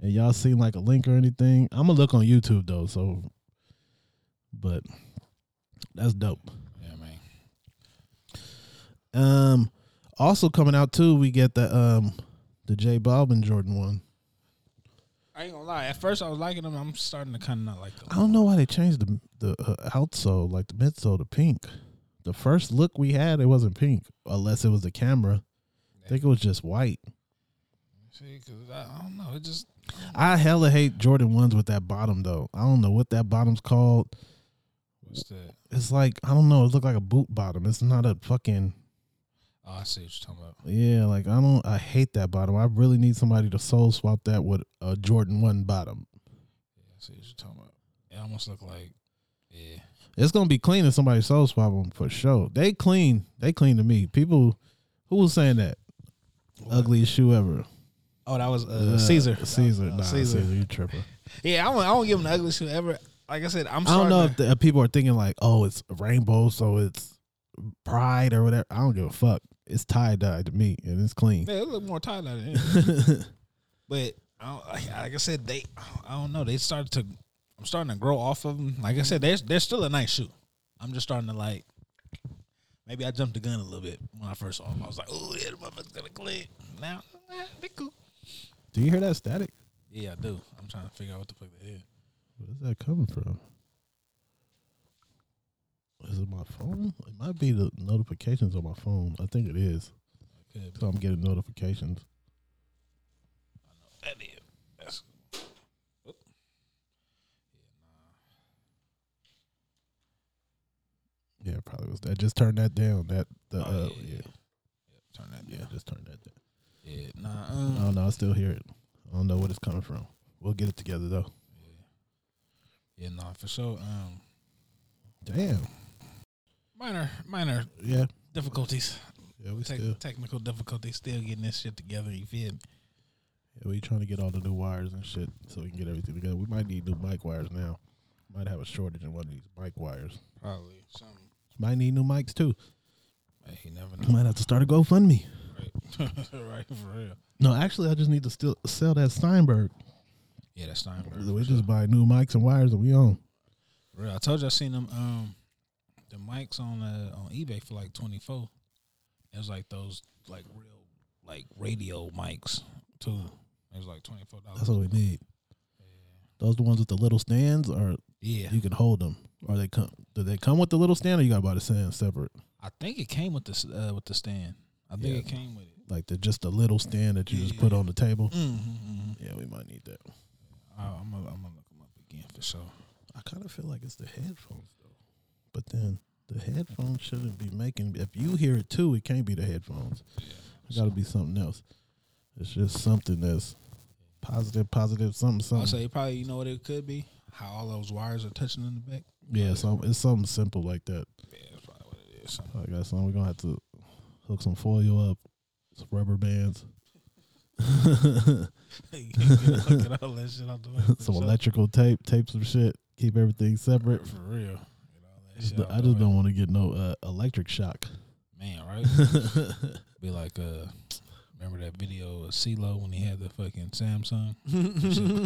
and y'all seen like a link or anything, I'm gonna look on YouTube though. So, but that's dope.
Yeah, man.
Um, also coming out too, we get the um the J Balvin Jordan one.
I ain't gonna lie. At first, I was liking them. I'm starting to kind of not like them.
I don't know why they changed the the uh, outsole, like the midsole, to pink. The first look we had, it wasn't pink, unless it was the camera. I think it was just white.
See, 'cause I, I don't know. It just
I hella hate Jordan ones with that bottom though. I don't know what that bottom's called.
what's that?
It's like I don't know. It looked like a boot bottom. It's not a fucking
Oh, I see what you're talking about.
yeah. Like I don't. I hate that bottom. I really need somebody to soul swap that with a Jordan one bottom.
Yeah, I see what you're talking about. It almost look like yeah.
It's gonna be clean if somebody soul swap them for sure. They clean. They clean to me. People who was saying that ugliest shoe ever.
Oh, that was uh,
Uh,
Caesar.
Caesar.
Uh,
Nah, Caesar. You tripping?
Yeah, I don't, I don't give him the ugliest shoe ever. Like I said, I'm.
I don't
starting
know
to-
if the, if people are thinking like, oh, it's a rainbow, so it's pride or whatever. I don't give a fuck. It's tie dye to me, and it's clean. (laughs)
Yeah, it look more tight out it. but I don't, like, like I said, they I don't know. They started to. I'm starting to grow off of them. Like I said, they're they're still a nice shoe. I'm just starting to like. Maybe I jumped the gun a little bit when I first saw them. I was like, "Oh yeah, the motherfucker's gonna click." Now eh, they cool.
Do you hear that static?
Yeah, I do. I'm trying to figure out what the fuck that is.
Where's that coming from? Is it my phone? It might be the notifications on my phone. I think it is.
Could be
So I'm getting notifications.
what that is. That's Oop.
Yeah, it probably was that. Just turn that down. That the
Oh,
uh,
yeah,
yeah,
yeah. turn that.
yeah,
down.
Just turn that down.
Yeah, nah. Um,
I don't know. I still hear it. I don't know what it's coming from. We'll get it together though.
Yeah, nah. For sure. Um,
Damn.
minor minor
Yeah.
difficulties.
Yeah, we
Tec-
still.
technical difficulty still getting this shit together. You feel me?
Yeah, we trying to get all the new wires and shit so we can get everything together. We might need new mic wires now. Might have a shortage in one of these mic wires.
Probably something.
Might need new mics too.
Hey, you never know. (laughs)
Might have to start a GoFundMe.
right, right for real.
No, actually, I just need to still sell that Steinberg.
Yeah, that's Steinberg.
We just buy new mics and wires that we own.
For real. I told you I seen them um the mics on uh, on eBay for like twenty four. It was like those like real like radio mics too. It was like twenty four
That's
dollars.
what we need. Those the ones with the little stands, or
Yeah,
you can hold them, or they come. Do they come with the little stand, or you got to buy the stand separate?
I think it came with the s- uh, with the stand. I think it came with it.
Like the just the little stand that you just put on the table.
Mm-hmm.
Yeah, we might need that.
I, I'm gonna I'm gonna look them up again for sure.
I kind of feel like it's the headphones though. But then the headphones shouldn't be making. If you hear it too, it can't be the headphones. It got to be something else. It's just something that's positive, positive, something,
I
something.
say probably you know what it could be. How all those wires are touching in the back. (laughs)
yeah, so it's something simple like that.
Yeah, that's probably what it is. Something.
I got something. We're gonna have to hook some foil up, some rubber bands, (laughs)
Look at all that shit out the way.
(laughs) some electrical tape, tape some shit, keep everything separate.
For real. Get all that shit
But
out
I
the
just
way. (laughs)
don't want to get no uh, electric shock. (laughs)
man, right? Be like, uh, remember that video of CeeLo when he had the fucking
(laughs)
Samsung?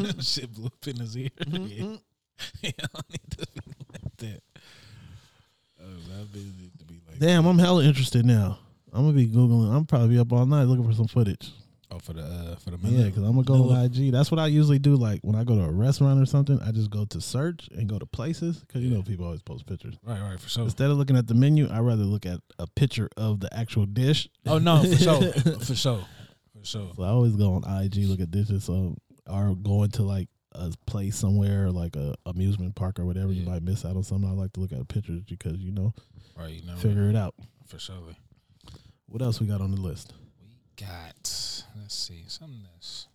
shit, (laughs) shit blew up in his ear.
Mm-hmm.
yeah. (laughs) yeah, I don't need to be like that. Oh, that video need to be like
Damn, I'm hella interested now. I'm gonna be googling. I'm probably up all night looking for some footage.
oh for the uh, for the
Yeah,
minute.
because I'm gonna go on IG. That's what I usually do. Like when I go to a restaurant or something, I just go to search and go to places because you know people always post pictures.
right, right, for sure.
Instead of looking at the menu, I rather look at a picture of the actual dish.
Oh no, for
(laughs)
sure, for sure, for sure.
So I always go on IG, look at dishes. So or going to like a place somewhere, like a amusement park or whatever, you
Yeah.
might miss out on something. I like to look at pictures because you know
Right, you know,
figure it out.
for sure.
What else we got on the list?
We got let's see something that's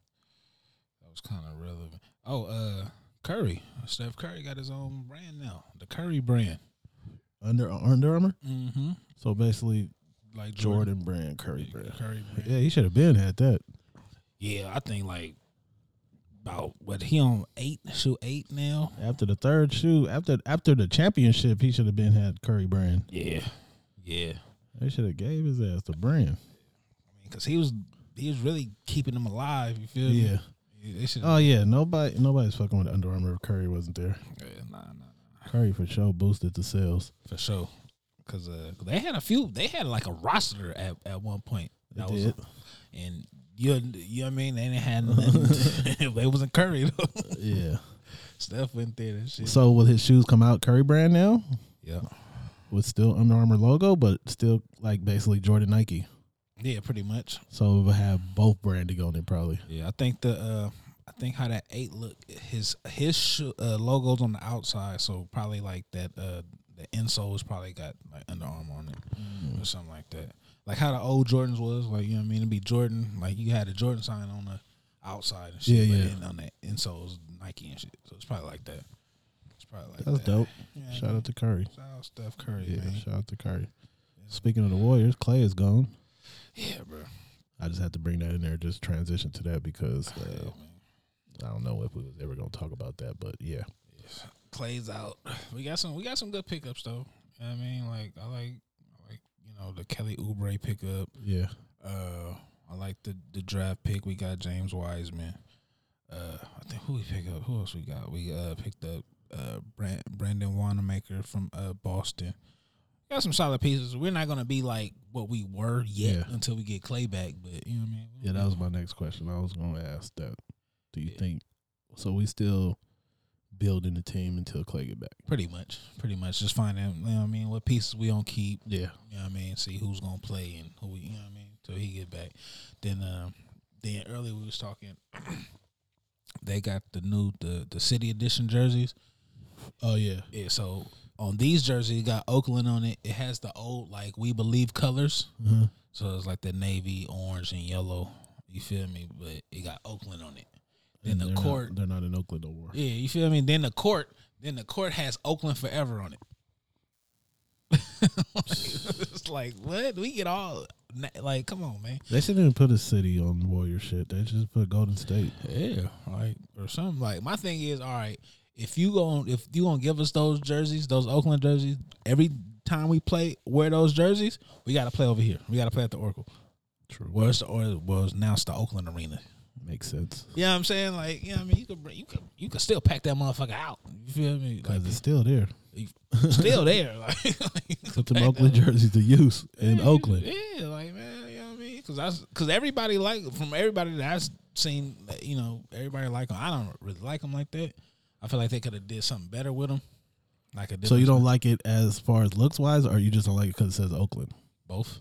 that was kind of relevant. Oh, uh, Curry, Steph Curry got his own brand now, the Curry brand.
Under Under Armour.
Mm-hmm.
So basically,
Like Jordan,
Jordan brand, Curry brand.
Curry brand.
Yeah, he should have been had that.
Yeah, I think like about what he on eight shoot eight now.
After the third shoe, after after the championship, he should have been had Curry brand.
Yeah, yeah.
They should have gave his ass the brand.
Because he was he was really keeping them alive. You feel me?
Yeah.
Yeah, They should.
Oh yeah. Nobody nobody's fucking with Under Armour. if Curry wasn't there.
yeah, nah, nah.
Curry for sure boosted the sales.
For sure. Cause uh, they had a few. They had like a roster at, at one point.
They
was,
did.
and you, you know what I mean. They didn't have nothing. (laughs) they wasn't Curry though.
(laughs)
(laughs)
Yeah.
Steph went there and shit.
So will his shoes come out Curry brand now
yeah,
with still Under Armour logo, but still like basically Jordan Nike.
yeah, pretty much.
So we'll have both branding on it probably.
Yeah, I think the uh, I think how that eight look his his sho- uh, logos on the outside, so probably like that uh the insole's probably got like Under Armour on it
Mm.
or something like that. Like how the old Jordans was, like you know what I mean? It'd be Jordan, like you had a Jordan sign on the outside and shit,
Yeah,
but
yeah.
then on the insoles Nike and shit. So it's probably like that. It's probably like
That's
that.
dope.
Yeah,
Shout out to Curry.
Shout out Steph Curry,
Yeah.
man.
Shout out to Curry. Speaking of the Warriors, Clay is gone.
Yeah, bro.
I just had to bring that in there, just transition to that because uh,
Yeah, man.
I don't know if we was ever gonna talk about that, but yeah,
Plays out. (sighs) We got some. We got some good pickups though. You know what I mean, like I like, I like you know the Kelly Oubre pickup.
yeah,
Uh, I like the the draft pick. We got James Wiseman. Uh, I think who we pick up? Who else we got? We uh picked up uh Brand, Brandon Wanamaker from uh Boston. Got some solid pieces. We're not gonna be like what we were yet
Yeah.
until we get Clay back. But you know what I mean?
yeah. That was my next question. I was gonna ask that. Do you think so? We still building the team until Clay get back.
pretty much, pretty much. Just finding, you know what I mean, what pieces we don't keep.
Yeah,
You know what I mean? See who's gonna play and who we, you know what I mean, till he get back. Then um then earlier we was talking (clears throat) they got the new the the city edition jerseys.
Oh yeah,
Yeah, so on these jerseys it got Oakland on it. It has the old like we believe colors.
Mm-hmm.
So it's like the navy, orange and yellow. You feel me? But it got Oakland on it. Then
And
the
they're not-
court
they're not in Oakland no more.
yeah, you feel me? Then the court, then the court has Oakland forever on it. (laughs) it's like what we get all na- like, come on, man.
They shouldn't even put a city on Warrior shit. They just put Golden State.
Yeah, like or something like. My thing is, all right, if you going if you gonna give us those jerseys, those Oakland jerseys, every time we play, wear those jerseys. We got to play over here. We got to play at the Oracle.
True,
Well, it's the or well, it's now it's the Oakland Arena.
makes sense
You know what I'm saying? Like, you know what I mean? You could bring, you could you could still pack that motherfucker out. You feel me? Like,
because it's still there.
still there. (laughs) Like,
Put them Oakland jerseys to use in Oakland.
Yeah, like man, you know what I mean? Because I, because everybody like from everybody that I've seen, you know, everybody like 'em. I don't really like them like that. I feel like they could have did something better with them. Like a
So you
different-
don't like it as far as looks wise, or you just don't like it because it says Oakland.
both.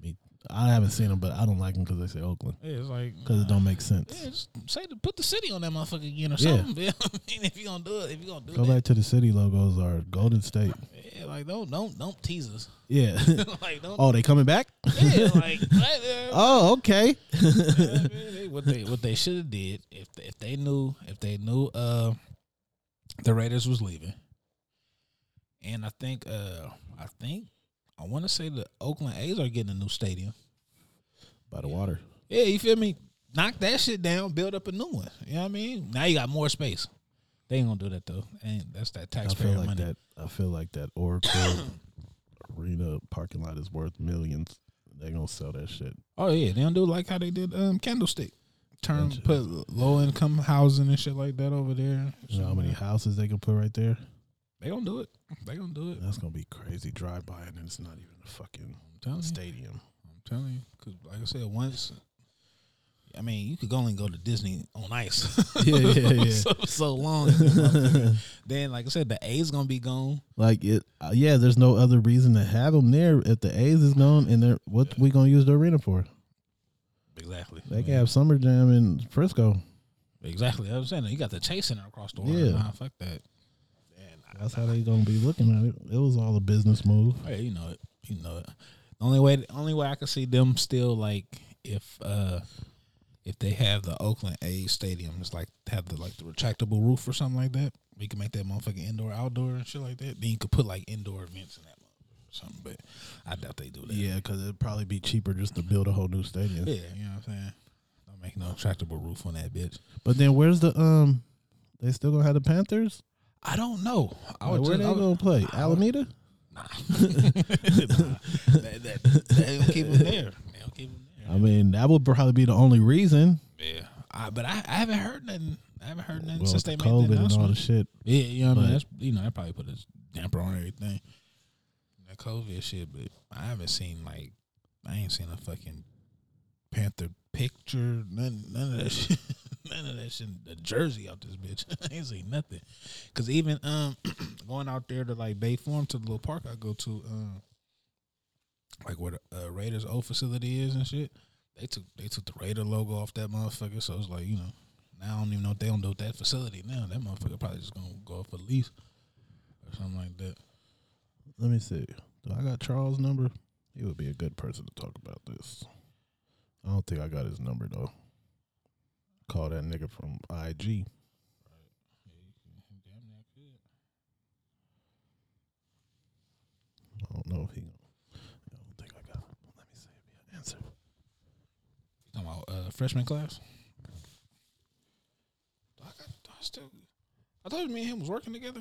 Me, I haven't seen them, but I don't like them because they say Oakland
Yeah, it's like
because it don't make
yeah,
sense.
just say to put the city on that motherfucker again or
Yeah.
something. (laughs) Yeah. I mean, if you gonna do it, if you gonna do
Go
that,
back to the city logos or
(laughs)
Golden State.
yeah, like don't don't don't tease us. (laughs)
Yeah.
like don't.
oh, they coming back? (laughs)
Yeah, like (laughs) right there.
Oh, okay.
I mean, they- what they what they should have did if they, if they knew if they knew uh the Raiders was leaving, and I think uh I think I want to say the Oakland A's are getting a new stadium.
By the water.
Yeah, you feel me? Knock that shit down, build up a new one. You know what I mean? Now you got more space. They ain't gonna do that though, and that's that
I
taxpayer
feel like
money.
that. I feel like that Oracle (coughs) arena parking lot is worth millions. They gonna sell that shit.
Oh yeah, they don't do like how they did um Candlestick. Turn
Gotcha.
put low income housing and shit like that over there.
You know how many houses they can put right there?
They gonna do it. They gonna do it.
That's gonna be crazy. Drive by and then it's not even a fucking
I'm telling you.
stadium. (laughs)
I'm telling you. Cause like I said, once. I mean, you could only go to Disney on ice.
(laughs) Yeah, yeah,
(laughs)
yeah.
so, so long. (laughs) in the motherfucker. then, like I said, the A's gonna be gone.
Like it, uh, yeah. There's no other reason to have them there if the A's is gone. And they're what we gonna use the arena for?
Exactly.
They can have summer jam in Frisco.
Exactly. I'm saying you got the chase center across the water.
Yeah.
Nah, fuck that.
That's how they gonna be looking at it. It was all a business move.
Hey, you know it. You know it. The only way, the only way I could see them still like if uh if they have the Oakland A's stadium, it's like have the like the retractable roof or something like that. We can make that motherfucking indoor, outdoor, and shit like that. Then you could put like indoor events in that motherfucker or something. But I doubt they do that.
Yeah, because it'd probably be cheaper just to build a whole new stadium.
yeah. You know what I'm saying? Don't make no retractable roof on that bitch.
But then where's the um? They still gonna have the Panthers?
I don't know. I
Like,
would just-
where they
I would-
gonna play? Alameda?
Nah. (laughs) Nah. They- they- they don't keep them there. They don't keep them there.
I mean, that would probably be the only reason.
Yeah, I, but I, I haven't heard nothing. I haven't heard nothing
Well,
since
with
they
the
made the
COVID and all
announcement.
the shit.
yeah, you know what I
but-
mean. That's, you know, that probably put a damper on everything. That COVID shit, but I haven't seen like I ain't seen a fucking Panther picture. None, none of that (laughs) shit. None of that shit. The jersey out this bitch. (laughs) I ain't seen nothing. Cause even um (clears throat) going out there to like Bay Farm to the little park I go to, um, like where the uh, Raiders old facility is and shit. They took they took the Raider logo off that motherfucker. So it's like you know, now I don't even know if they don't know that facility now. That motherfucker probably just gonna go off a lease or something like that.
Let me see. Do I got Charles' number? He would be a good person to talk about this. I don't think I got his number though. Call that nigga from IG. I don't know if he. I don't think I got. Let me see if he answer.
You talking about uh, freshman class? I got I still. I thought me and him was working together.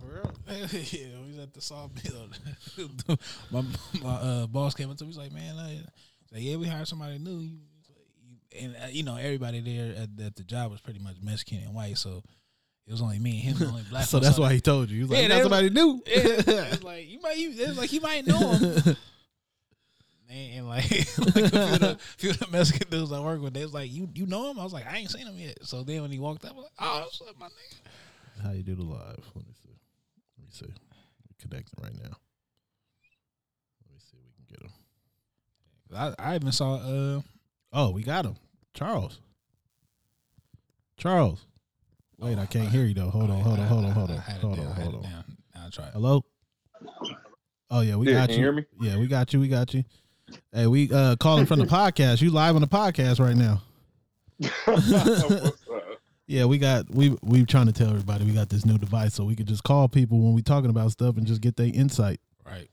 For real? (laughs) yeah, we was at the sawmill. (laughs) my my uh, boss came up to me. He's like, "Man, uh, he's like, yeah, we hired somebody new." You- And uh, you know, everybody there at, at the job was pretty much Mexican and white, so it was only me and him, the
(laughs)
only black.
So
one.
that's why he told you. He was like,
Yeah,
"You
they-
got somebody new.
Yeah, it was like you might. You, it was like you might know
(laughs)
him. And, and like, (laughs) like a few, of the, few of the Mexican dudes I work with, they was like, "You you know him?" I was like, "I ain't seen him yet." So then when he walked up, I was like, "Oh, what's up, my nigga?"
How you do the live? Let me see. Let me see. We're connecting right now. Let me see if we can get him.
I, I even saw uh
Oh, we got him. Charles. Charles. Wait, I can't hear you though. Hold on, hold on, hold on, hold on, hold on, hold on.
I'll try it.
Hello? Oh yeah, we
Yeah,
got
can
you.
you hear me?
Yeah, we got you. We got you. Hey, we uh calling from the podcast. You live on the podcast right now. (laughs) Yeah, we got we we trying to tell everybody we got this new device so we could just call people when we talking about stuff and just get their insight.
Right.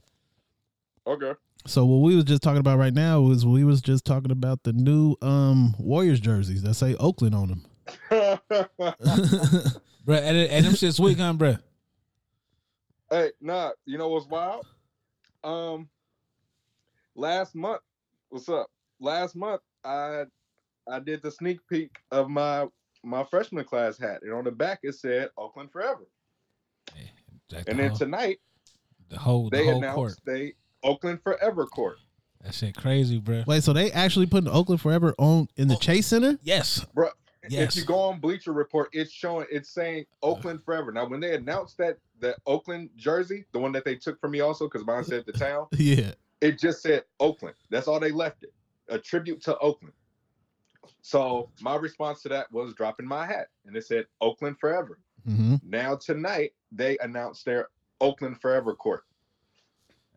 okay.
So what we was just talking about right now was we was just talking about the new um Warriors jerseys that say Oakland on them.
(laughs)
Bruh, and, and them shit's weak, huh, bruh?
Hey, nah, you know what's wild? Um, last month, what's up? Last month, I I did the sneak peek of my my freshman class hat, and on the back it said Oakland Forever.
Like
And
the,
then
whole,
tonight
the whole, Oh, the
they
whole
announced
court.
they Oakland Forever court.
That shit crazy, bruh.
(laughs) Wait, so they actually putting Oakland Forever on in the
Oh.
Chase Center? (laughs)
Yes.
Bruh,
Yes.
If you go on Bleacher Report, it's showing it's saying Oakland Forever. Now, when they announced that the Oakland jersey, the one that they took from me also because mine said the town,
Yeah.
it just said Oakland. That's all they left it. A tribute to Oakland. So my response to that was dropping my hat, and it said Oakland Forever.
Mm-hmm.
Now tonight they announced their Oakland Forever court.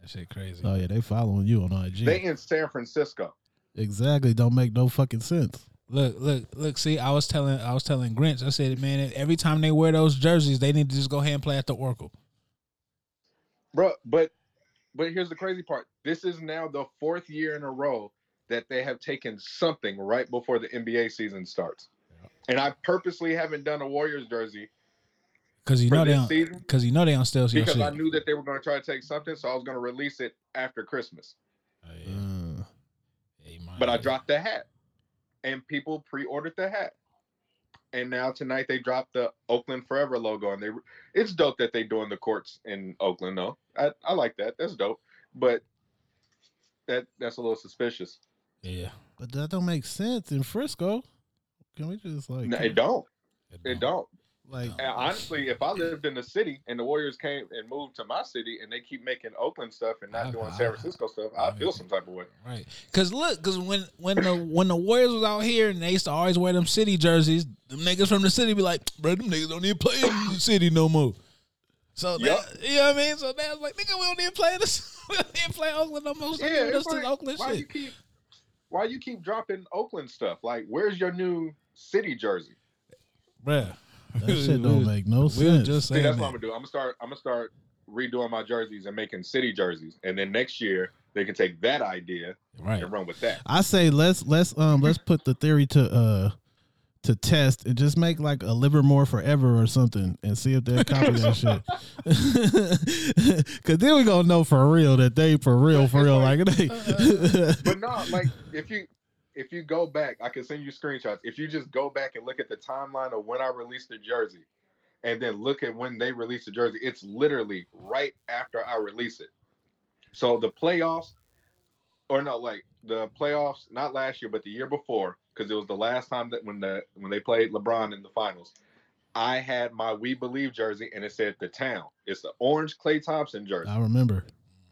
that shit crazy.
Oh yeah, they following you on IG.
They in San Francisco.
exactly. Don't make no fucking sense.
Look, look, look. See, I was telling, I was telling Grinch. I said, man, every time they wear those jerseys, they need to just go ahead and play at the Oracle.
Bro, but but here's the crazy part. This is now the fourth year in a row that they have taken something right before the NBA season starts. And I purposely haven't done a Warriors jersey
because you
for
know they
this
don't
season
because you know they don't steal your
because
shit.
I knew that they were going to try to take something, so I was going to release it after Christmas.
Oh, yeah.
Uh,
Yeah, you might
But I
have-
dropped the hat, and people pre-ordered the hat. And now tonight they dropped the Oakland Forever logo, and they it's dope that they doing the courts in Oakland though. I, I like that. That's dope, but that that's a little suspicious.
Yeah,
but that don't make sense in Frisco. Can we just like
No, it don't.
don't.
It don't.
like
And honestly, if I lived in the city and the Warriors came and moved to my city, and they keep making Oakland stuff and not
I-
doing
I-
San Francisco stuff, I feel some type of way.
Right, cause look, cause when when the when the Warriors was out here and they used to always wear them city jerseys, them niggas from the city be like, bro, them niggas don't even play in the city no more. So
Yup.
that, you know what I mean? So now it's like, nigga, we don't even play this, (laughs) we don't even play Oakland no more. So
Yeah,
yeah,
it's
this is
like,
Oakland
why you
shit.
keep why you keep dropping Oakland stuff? Like, where's your new city jersey?
Bruh. (laughs)
that shit don't make no
We were
sense.
just
See,
saying
that's
that.
what I'm gonna do. I'm gonna start. I'm gonna start redoing my jerseys and making city jerseys, and then next year they can take that idea
Right.
and run with that.
I say let's let's um let's put the theory to uh to test and just make like a Livermore forever or something and see if they copy
(laughs)
that shit. (laughs) Cause then we gonna know for real that they for real for real like
(laughs)
it ain't.
But no, like if you if you go back, I can send you screenshots. If you just go back and look at the timeline of when I released the jersey, and then look at when they released the jersey, it's literally right after I release it. So the playoffs, or no, like the playoffs, not last year, but the year before, because it was the last time that when the when they played LeBron in the finals. I had my We Believe jersey and it said the town. It's the orange Clay Thompson
(laughs)
jersey.
I remember.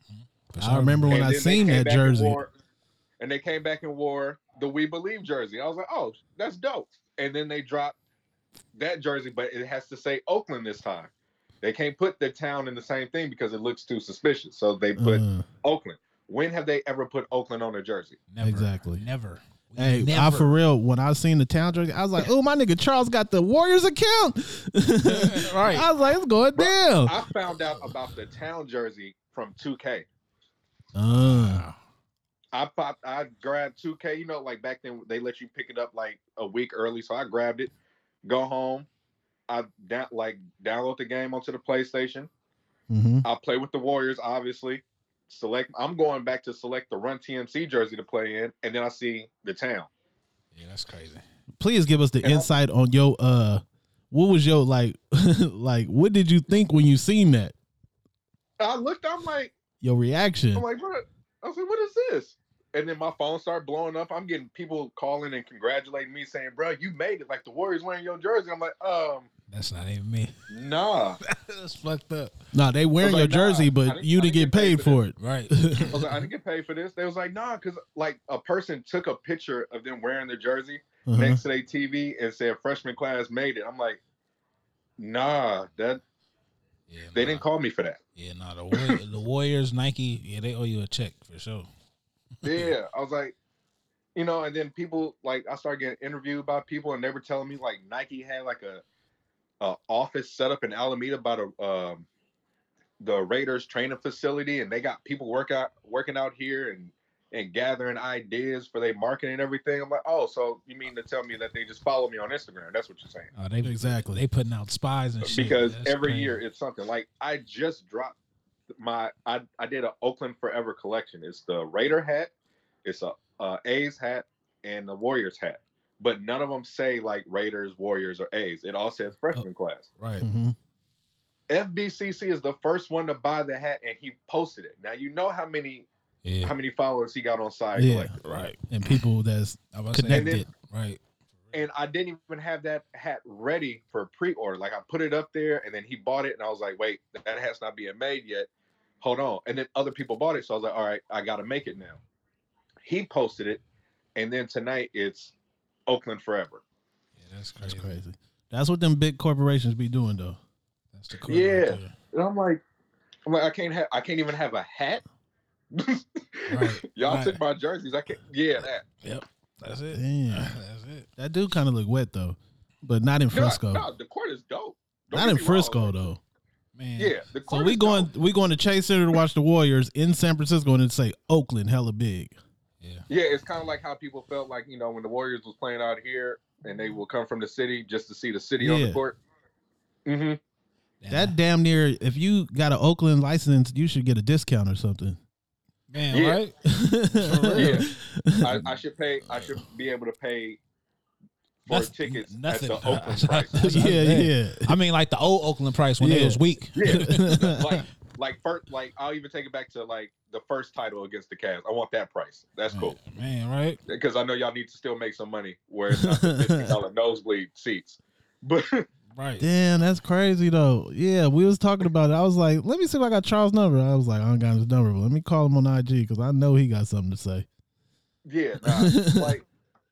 Mm-hmm. For
I
sure.
remember when
And
I
then they
seen
came
that
back and
jersey.
wore- and they came back and wore the We Believe jersey. I was like, oh, that's dope. And then they dropped that jersey, but it has to say Oakland this time. They can't put the town in the same thing because it looks too suspicious. So they put
Uh,
Oakland. When have they ever put Oakland on a jersey?
Never.
Exactly.
Never. We
hey, I
never.
for real when I seen the town jersey, I was like, oh my nigga Charles got the Warriors account.
(laughs) Right.
I was like, it's going
Bro,
down.
I found out about the town jersey from 2K.
Uh,
I popped, I grabbed 2K. You know, like back then they let you pick it up like a week early. So I grabbed it, go home. I down, like download the game onto the PlayStation.
mhm.
I play with the Warriors, obviously. Select. I'm going back to select the Run TMC jersey to play in, and then I see the town.
Yeah, that's crazy.
please give us the
And I-
insight on your uh what was your like (laughs) like what did you think when you seen that
I looked. I'm like,
your reaction
I'm like, what? I was like, what is this? And then my phone started blowing up. I'm getting people calling and congratulating me, saying, "Bro, you made it! Like the Warriors wearing your jersey." I'm like, um,
That's not even me. (laughs)
nah.
that's fucked up.
no they wearing
I
your
was like, nah,
jersey
I
but
didn't-
you
I
didn't get
didn't get
paid
paid for
for it
Right.
I
(laughs)
was like, I didn't get paid for this. They was like, nah, because like a person took a picture of them wearing the jersey
Uh-huh.
next to their TV and said freshman class made it. I'm like, nah, that
Yeah,
they
nah.
didn't call me for that.
Yeah, no, the Warriors, the Warriors, Nike, yeah, they owe you a check for sure.
Yeah. I was like, you know, and then people like I started getting interviewed by people and they were telling me like Nike had like a, a office set up in Alameda by the um the Raiders training facility and they got people work out working out here and and gathering ideas for their marketing and everything. I'm like, oh, so you mean to tell me that they just follow me on Instagram? That's what you're saying.
Oh, they
Uh, Exactly.
they putting out spies and shit
because
That's
every
crazy.
year it's something like I just dropped my I, I did a Oakland Forever collection. It's the Raider hat, it's a, a A's hat, and the Warriors hat. But none of them say like Raiders, Warriors, or A's. It all
Oh.
says freshman class.
right?
Mhm.
FBCC is the first one to buy the hat, and he posted it. Now you know how many
Yeah,
how many followers he got on side
Yeah.
collector,
right.
and people that's
I was
And then-
connected, right?
and I didn't even have that hat ready for pre-order. Like I put it up there, and then he bought it, and I was like, "Wait, that hat's not being made yet. Hold on." And then other people bought it, so I was like, "All right, I got to make it now." He posted it, and then tonight it's Oakland Forever.
Yeah, that's crazy.
that's
That's,
crazy that's what them big corporations be doing though
the cool
Yeah.
right there.
And I'm like, I'm like, I can't have, I can't even have a hat. (laughs)
Right,
Y'all
right.
took my jerseys. I can't. Yeah, that.
That's it.
damn
That's it.
that do kind of look wet though but not in
No,
Frisco
no, the court is dope. Don't
not
get
in
me wrong.
Frisco though
Man,
Yeah, the court
so we
is
going
dope.
we going to Chase Center to watch the Warriors in San Francisco and then say Oakland hella big
yeah,
Yeah, it's kind of like how people felt like you know when the Warriors was
(laughs)
playing out here, and they will come from the city just to see the city on
Yeah.
the court. hmm
That damn near. If you got an Oakland license, you should get a discount or something.
man,
Yeah.
right?
(laughs)
Yeah. I, I should pay. I should be able to pay for
That's
tickets
nothing.
at the
(laughs)
Oakland price.
yeah, yeah.
I mean, like the old Oakland price when it
Yeah.
was weak. (laughs)
Yeah, (laughs) like like first, like I'll even take it back to like the first title against the Cavs. I want that price. That's cool
Man, right?
because I know y'all need to still make some money where it's not the fifty
(laughs)
dollar nosebleed seats. But
Right.
Damn, that's crazy though. Yeah, we was talking about it. I was like, let me see if I got Charles' number. I was like, I don't got his number, but let me call him on IG because I know he got something to say.
(laughs)
yeah, nah, like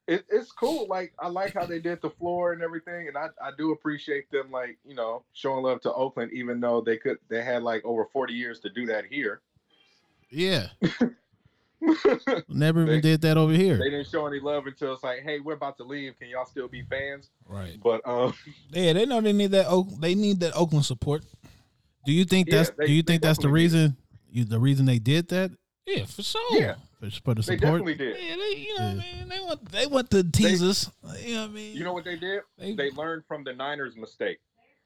it, it's cool. Like I like how they did the floor and everything, and I I do appreciate them like you know showing love to Oakland, even though they could they had like over forty years to do that here. (laughs)
Yeah,
they
never even
They-
did that over here.
didn't show any love until it's like, hey, we're about to leave. Can y'all still be fans?
Right.
But um, (laughs)
Yeah, they know they need that. Oak, they need that Oakland support.
Do you think
Yeah,
that's
they-
Do you
they
think that's the
definitely did.
reason? You, the reason they did that
Yeah, for sure.
yeah,
for, for the
they
support.
definitely did.
Yeah, they, you know what I mean? They want they want the teasers. you know what I mean?
You know what they did?
They-
They learned from the Niners' mistake.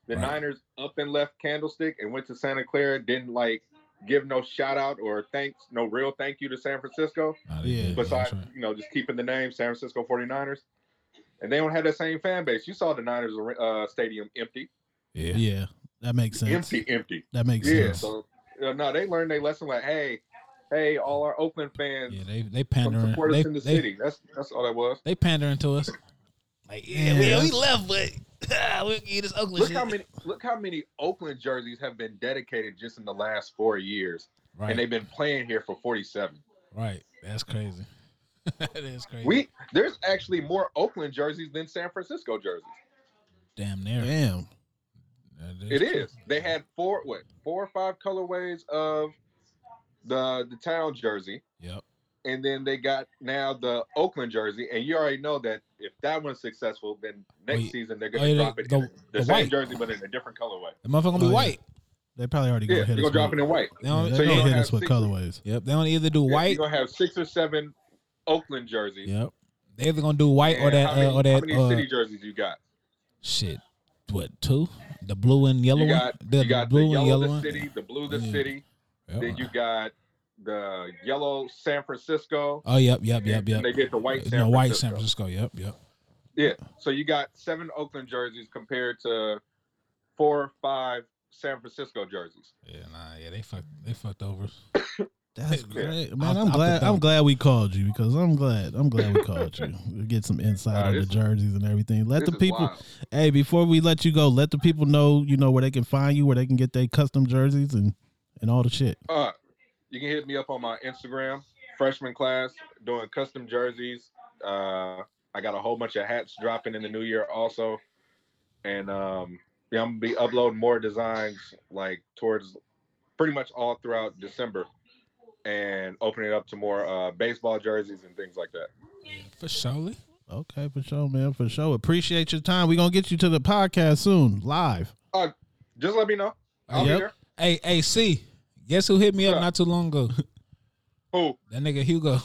The
Right.
Niners up and left Candlestick and went to Santa Clara. Didn't like give no shout out or thanks, no real thank you to San Francisco.
Nah, they
Yeah.
did, that's
Besides,
right.
you know, just keeping the name San Francisco 49ers. And they don't have that same fan base. You saw the Niners uh, stadium empty,
Yeah.
Yeah. that makes sense.
empty, empty.
That makes
Yeah.
sense.
So uh, no, they learned their lesson. Like, hey, hey, all our Oakland fans,
Yeah, they they
come
pandering.
support us
They,
in the
they,
city. That's that's all that was.
they pandering to us. Like, yeah,
Yeah.
we, we left, but (laughs) ah, we get this Oakland
Look
shit.
how many look how many Oakland jerseys have been dedicated just in the last four years,
right,
and they've been playing here for forty seven.
right. That's crazy. (laughs) that is crazy.
We there's actually more Oakland jerseys than San Francisco jerseys.
damn near.
Damn.
That
It
true.
is. They had four what four or five colorways of the the town jersey,
Yep.
and then they got now the Oakland jersey, and you already know that if that one's successful, then next
Wait.
season they're
Oh,
gonna
yeah,
drop
the-
it in
the-
the,
the
same
white.
jersey but in a different colorway.
The motherfucker gonna be
Oh, yeah.
white.
They probably already
Yeah,
gonna hit
they're
us.
gonna drop it
with-
in white.
They don't,
Yeah,
so
They
you
gonna
don't
hit
have
us with
six-
colorways.
yep. They don't either do white.
You're gonna have six or seven Oakland jerseys.
Yep. They either gonna do white or
And
that
how many,
uh, or
how
that
many
uh,
city jerseys you got?
shit. What two? The blue and yellow
You got
one.
you got the yellow, the city, the blue the
Yeah. Uh-huh.
city.
Yep.
Then you got the yellow San Francisco.
Oh yep, yep, yep,
and then
yep.
They get the white San
no,
Francisco.
white San Francisco. Yep, yep.
Yeah. So you got seven Oakland jerseys compared to four or five San Francisco jerseys.
Yeah, nah, yeah, they fucked, they fucked over.
That's
Yeah.
great, man.
I'll-
I'm
I'll
glad.
put
I'm
that-
glad we called you because I'm glad. I'm glad we called
(laughs)
you. We get some insight
Nah,
on the
this-
jerseys and everything. Let
This
the
is
people.
wild.
Hey, before we let you go, let the people know. You know where they can find you, where they can get their custom jerseys and and all the shit.
Uh, you can hit me up on my Instagram, freshman class, doing custom jerseys. Uh, I got a whole bunch of hats dropping in the new year also. And um, yeah, I'm gonna be uploading more designs like towards pretty much all throughout December and opening it up to more uh, baseball jerseys and things like that.
For surely.
Okay, for sure, man. For sure. Appreciate your time. We're gonna get you to the podcast soon, live.
Just let me know. I'll
Yep.
be there.
Hey, hey, C. Guess who hit me up
Huh.
not too long ago? (laughs)
Who?
That nigga Hugo.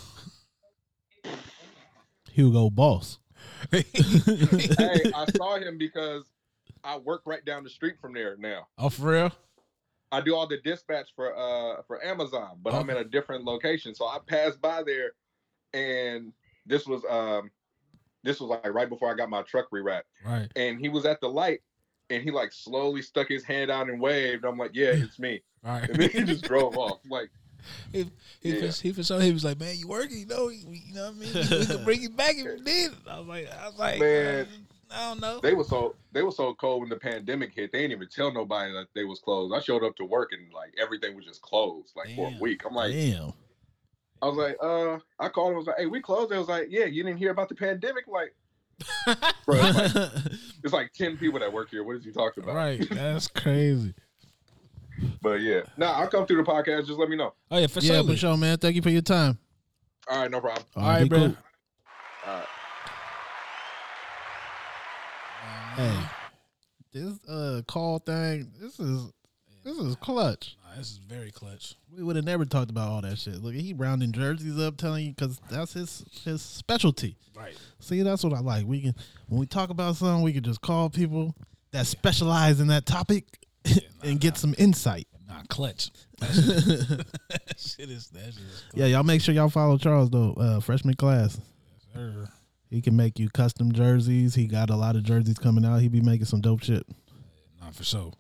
Hugo
(laughs)
Boss.
(laughs) hey, I saw him because I work right down the street from there now.
oh, for real?
I do all the dispatch for uh for Amazon, but I'm
Okay.
in a different location. So I passed by there, and this was um this was like right before I got my truck rewrapped,
Right.
and he was at the light, and he like slowly stuck his hand out and waved. I'm like, yeah, it's me,
Right.
and then he just drove off. Like,
He, he,
Yeah.
for, he for sure
(laughs)
he was like, man, you working, you know, you, you know what I mean? We, we can bring you back if you did. I was like, I was like,
(laughs) Man.
uh, I don't know.
they were so they were so cold when the pandemic hit. They didn't even tell nobody that they was closed. I showed up to work and like everything was just closed, like for a
Damn.
week. I'm like,
Damn.
I was like, uh, I called him. I was like, hey, we closed. They was like, yeah, you didn't hear about the pandemic, like.
(laughs)
Bro, it's like,
(laughs)
it's like 10 people that work here. What is you talking about?
Right. That's crazy.
But yeah. No, I'll come through the podcast. Just let me know.
Oh yeah, for
yeah,
sure.
for sure, man. Thank you for your time.
All right, no problem.
All right,
be
bro.
cool.
All right.
Hey, this uh call thing, this is this is clutch.
Nah, this is very clutch.
We would have never talked about all that shit. Look, he rounding jerseys up, telling you because that's his his specialty.
Right.
See, that's what I like. We can when we talk about something, we can just call people that specialize in that topic. (laughs) and get some insight.
Nah, clutch. That (laughs) shit, that shit is that shit is
Yeah, y'all make sure y'all follow Charles though. Uh, freshman class.
clutch.
He can make you custom jerseys. He got a lot of jerseys coming out. He be making some dope shit.
Nah, for sure.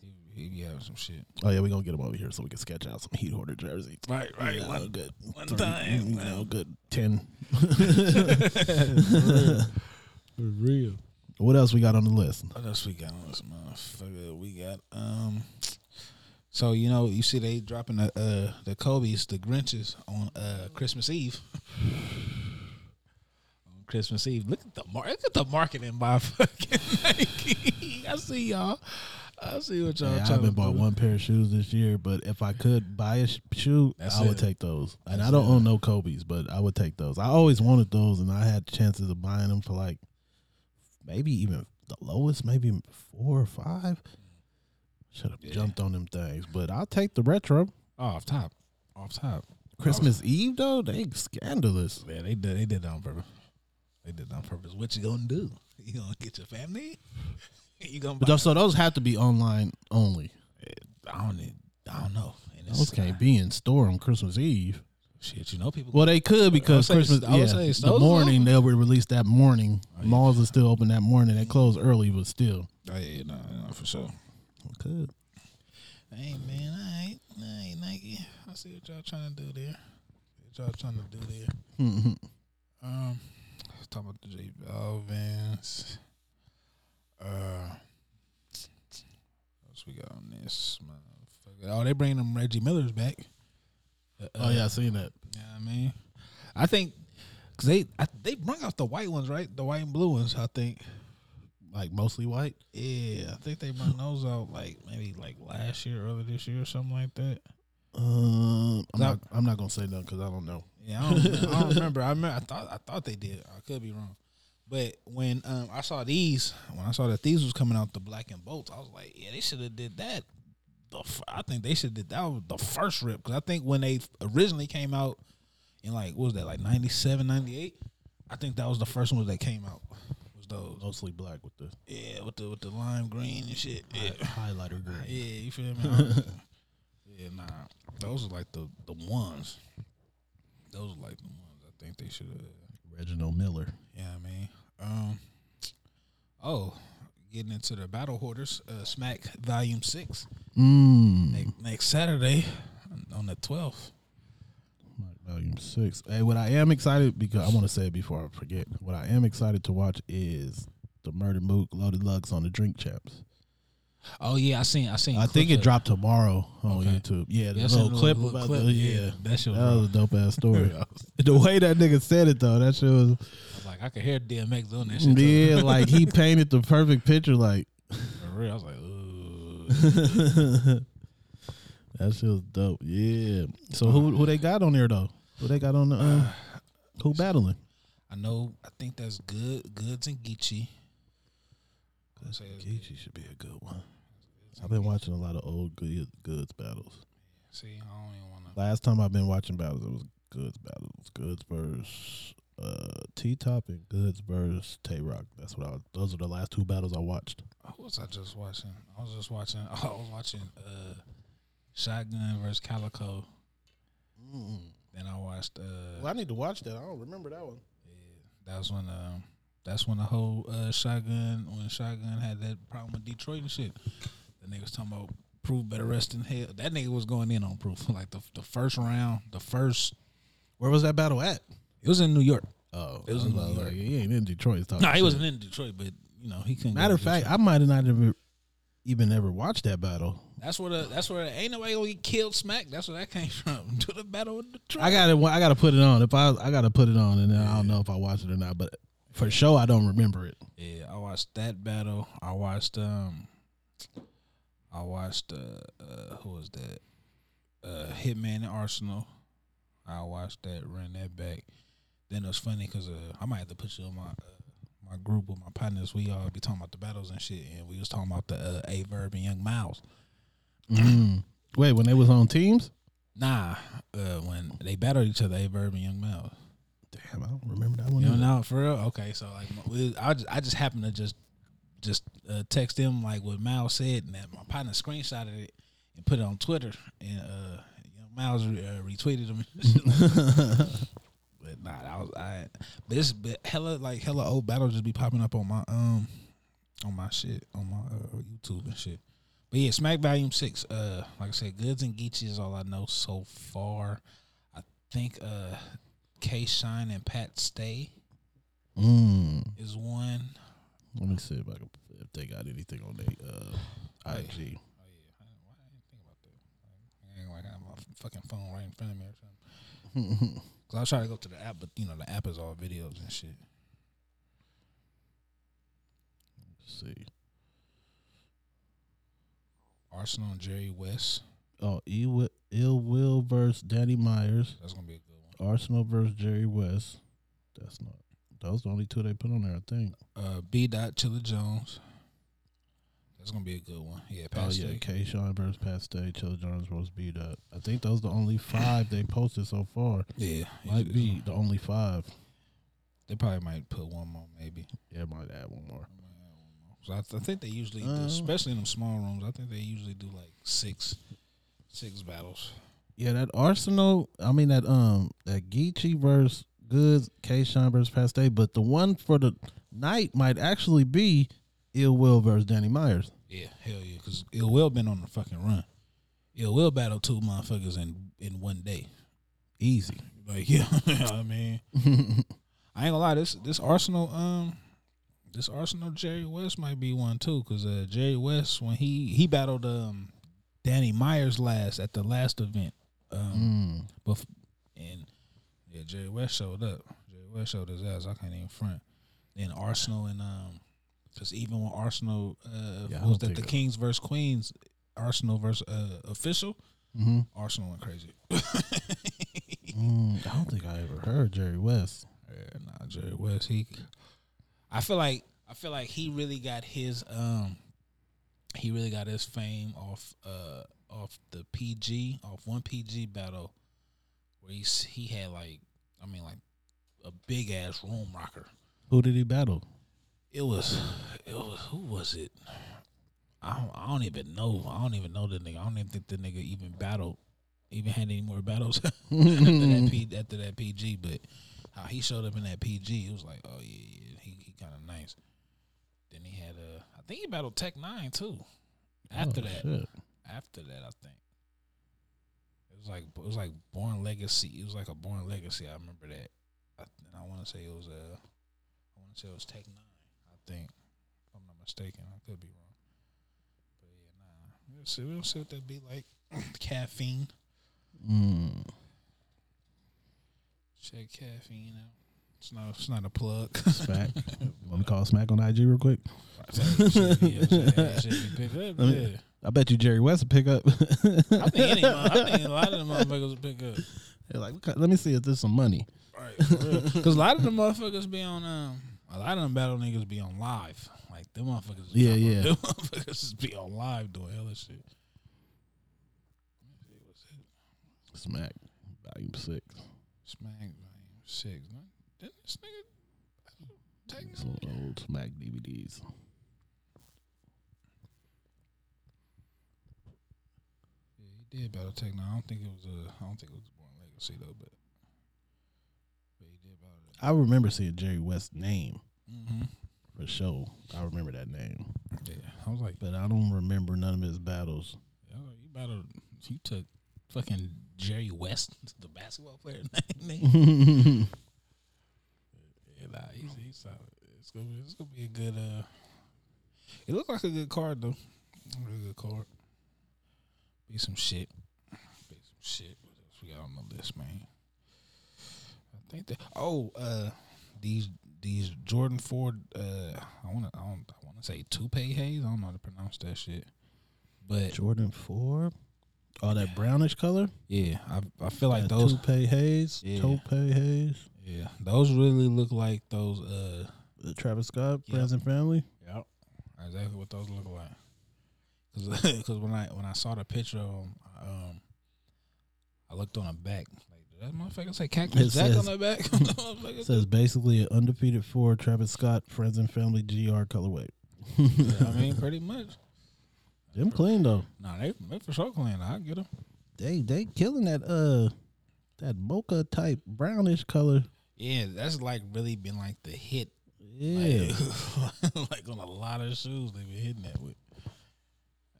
He, he be having some shit.
Oh yeah, we gonna get him over here so we can sketch out some heat hoarder jerseys.
Right, right.
You know,
one,
good
one time,
You
man.
know, good ten.
For real.
What else we got on the list?
What else we got on this motherfucker? We got um. So you know, you see they dropping the uh the Kobe's, the Grinches on uh Christmas Eve. (laughs) on Christmas Eve, look at the mar- look at the marketing by (laughs) fucking Nike. I see y'all. I see what y'all
Yeah, I
trying to
haven't bought
do.
one pair of shoes this year, but if I could buy a sh- shoe,
That's
I
it.
would take those. And I don't own no Kobe's, but I would take those. I always wanted those, and I had chances of buying them for like maybe even the lowest, maybe four or five. Should have jumped on them things, but I'll take the retro.
off top, off top.
Christmas Eve though, they scandalous.
Yeah, they did. They did that on purpose. They did that on purpose. What you gonna do? (laughs) You gonna get your family? (laughs) You gonna?
But
buy-
those- so those have to be online only.
I don't. need- I don't know. And it's-
Those can't be in store on Christmas Eve.
Shit, you know people.
Well, they could because
I would say
Christmas.
it's- I would say
yeah,
it's
the
those
morning they were released that morning. Malls are still open that morning. They close early,
(laughs)
but still.
Oh, yeah, no, no, for sure.
Could.
Hey man, I ain't, I ain't Nike. I see what y'all trying to do there. What y'all trying to do there. Oh, um, talking about the J Balvin's. Uh, what else we got on this motherfucker? Oh, they bringing them Reggie Millers back.
Oh yeah, I seen that.
Yeah, I mean, I think because they I, they bring out the white ones, right? The white and blue ones. I think.
Like mostly white.
Yeah, I think they (laughs) bring those out like maybe like last year, earlier this year, or something like that.
Um, I'm not. I'm not gonna say nothing because I don't know.
Yeah, I don't, I don't remember. I remember. I thought I thought they did. I could be wrong. But when um, I saw these, when I saw that these was coming out the black and bolts, I was like, yeah, they should have did that. The f- I think they should did that was the first rip because I think when they originally came out in like what was that like 97, 98? I think that was the first one that came out was those.
Mostly black with the
Yeah, with the with the lime green and shit. Yeah.
highlighter green.
Yeah, you feel
(laughs)
me? yeah, nah. Those are like the the ones. Those are like the ones I think they should have.
Reginald Miller.
Yeah, I mean, um, oh, getting into the battle hoarders, uh, Smack Volume Six
Mmm.
next, next Saturday on the twelfth.
Volume six. Hey, what I am excited because I want to say it before I forget. What I am excited to watch is the Murder Mook Loaded Lux on the Drink Champs.
Oh yeah, I seen, I seen.
I think
clips
it
of-
dropped tomorrow on
Okay.
YouTube. Yeah, the
Yeah, I seen
little
the
clip
little
about
clip.
the,
Yeah,
yeah.
that shit was
that was a dope
(laughs)
ass story. the way that nigga said it though, that shit was
Like I could hear DMX doing that shit. too. (laughs)
yeah, like (laughs) he painted the perfect picture. (laughs) Like
For real, I was like, ooh.
that shit was dope. Yeah. So who who they got on there though? Who they got on the (sighs) um, who battling?
I know. I think that's good. Goods and Geechee. Goods and
Geechee should be a good one. I've been watching a lot of old good, goods battles.
See, I don't even want to.
Last time I've been watching battles, it was goods battles, goods versus uh, T Top and goods versus Tay Rock. That's what I. Those are the last two battles I watched.
What was I just watching? I was just watching. (laughs) I was watching uh, Shotgun versus Calico.
Mm.
Then I watched. Uh,
I need to watch that. I don't remember that one.
that was when. Um, that's when the whole uh, Shotgun when Shotgun had that problem with Detroit and shit. The nigga was talking about proof better rest in hell. That nigga was going in on proof (laughs) like the the first round, the first.
Where was that battle at?
It was in New York.
Oh,
It was
I
in New
like,
York.
he ain't in Detroit. he's talking
No, he
Oh, shit.
wasn't in Detroit, but you know he couldn't. go
Matter of
to
fact,
Detroit.
I might have not ever, even ever watched that battle.
that's where the, that's where the, ain't nobody gonna get killed. Smack. That's where that came (laughs) from. To the battle with Detroit.
I got to I got to put it on. If I I got to put it on, and then I don't know if I watched it or not. But for sure, I don't remember it.
Yeah, I watched that battle. I watched um, I watched uh, uh who was that? Uh, Hitman and Arsenal. I watched that, ran that back. Then it was funny because uh, I might have to put you on my uh, my group with my partners. We all be talking about the battles and shit, and we was talking about the uh, A Verb and Young Miles.
Wait, when they was on teams?
Nah, uh, when they battled each other, A Verb and Young Miles.
Damn, I don't remember that one.
You
either.
know, no, for real. Okay, so like, we, I just, I just happened to just just uh, text them like what Miles said, and that my partner screenshotted it and put it on Twitter, and uh, you know, Miles re- uh, retweeted them. but nah, I was I. But it's but hella like hella old battles just be popping up on my um on my shit on my uh, YouTube and shit. But yeah, Smack Volume Six. Uh, like I said, Goods and Geechee is all I know so far. I think uh, K Shine and Pat Stay
Mm.
is one. Oh,
Let me see if I can, if they got anything on their
Oh yeah,
uh, IG.
I didn't, why I didn't think about that. Like, I ain't like I have my f- fucking phone right in front of me or something.
(laughs)
Cause I was trying to go to the app, but you know the app is all videos and shit.
Let's see.
Arsenal and Jerry West.
Oh, E Wi- Ill Will versus Danny Myers.
That's gonna be a good one.
Arsenal versus Jerry West. That's not. Those the only two they put on there, I think.
Uh, B. Dot Chilla Jones. That's gonna be a good one. Yeah,
oh
Pat
yeah,
Stay.
K. Sean versus Pat Stay, Chill Jones versus B. Dot. I think those the only five they posted so far.
Yeah,
Might be the only five.
They probably might put one more, maybe.
Yeah, might add one more.
So I, th- I think they usually, do,
Uh,
especially in them small rooms, I think they usually do like six, six battles.
Yeah, that Arsenal. I mean that um that Geechee versus Goods, K. Sean versus Pat Stay. But the one for the night might actually be Ill Will versus Danny Myers.
Yeah, hell yeah, because Ill Will been on the fucking run. Ill Will battle two motherfuckers in in one day.
Easy.
Like (laughs) yeah, I mean, I ain't gonna lie. This this Arsenal um, this Arsenal Jerry West might be one too, cause uh, Jerry West when he he battled um Danny Myers last at the last event um,
Mm-hmm.
bef- and yeah Jerry West showed up. Jerry West showed his ass. I can't even front. Then Arsenal and um, cause even when Arsenal uh
Yeah, I
was
don't
that the
think-
Kings versus Queens, Arsenal versus uh official,
Mm-hmm.
Arsenal went crazy. (laughs)
Mm, I don't think I ever heard Jerry West.
Yeah, nah, Jerry West. He, I feel like I feel like he really got his um, he really got his fame off uh off the PG off one PG battle where he s- he had like I mean like a big ass room rocker.
Who did he battle?
It was it was who was it? I don't, I don't even know. I don't even know the nigga. I don't even think the nigga even battled, even had any more battles (laughs) after that P, after that PG. But how he showed up in that PG, it was like, oh yeah, yeah, he, he kind of nice. Then he had uh, I think he battled Tech Nine too. After
Oh,
that,
shit.
after that, I think it was like it was like Born Legacy. It was like a Born Legacy. I remember that. I, and I want to say it was uh, I want to say it was Tech Nine. I think if I'm not mistaken. I could be wrong. But yeah, nah. We'll see. We'll see what that be like. (laughs) caffeine.
Mm.
Check caffeine out. It's not. It's not a plug.
Smack. (laughs)
(laughs)
Want to call Smack on IG real quick?
Shit, yeah, shit, shit, pick up, yeah.
I bet you Jerry West will pick up.
I think any. mo- I think a lot of them motherfuckers will pick up.
(laughs) They're like, "Okay, let me see if there's some money.
Because a lot of the motherfuckers be on, um, a lot of them battle niggas be on live. Like, them motherfuckers.
Yeah, yeah.
Them (laughs) motherfuckers just be on live doing hella shit.
Smack. Volume six.
Smack Volume 6. man. Didn't this nigga take this?
Some old Smack DVDs.
Yeah, he did battle Tech Nine. I don't think it was, uh, I don't think it was Born Legacy, though, but. But he did battle it.
I remember seeing Jerry West's name
Mm-hmm.
for sure. I remember that name,
Yeah. I was like,
but I don't remember none of his battles.
I was like, you battled, you took fucking Jerry West, the basketball player (laughs) name.
yeah,
Yeah, nah, he's, he's solid. It's gonna be it's gonna be a good uh It looked like a good card though. A really good card. Be some shit. Be some shit. What else we got on the list, man? I think that oh, uh these these Jordan Ford uh I wanna I don't I wanna say toupee haze. I don't know how to pronounce that shit. But
Jordan Four. Oh, that brownish color.
yeah, I I feel like
That
those
toupee haze.
Yeah.
Toupee haze.
yeah, those really look like those uh
The Travis Scott,
Yep.
Friends and Family.
Yep. Exactly what those look like. (laughs) Because when I when I saw the picture of him, I, um, I looked on the back. Like, did that motherfucker say
It
Cactus Jack
says-
on the back? Motherfucker,
(laughs) It says basically an undefeated four Travis Scott, Friends and Family GR colorway.
You know what (laughs) I mean, pretty much.
Them clean though.
Nah, they, they for sure clean. I get them.
They they killing that uh that mocha type brownish color.
Yeah, that's like really been like the hit.
Yeah.
(laughs) like on a lot of shoes they've been hitting that with.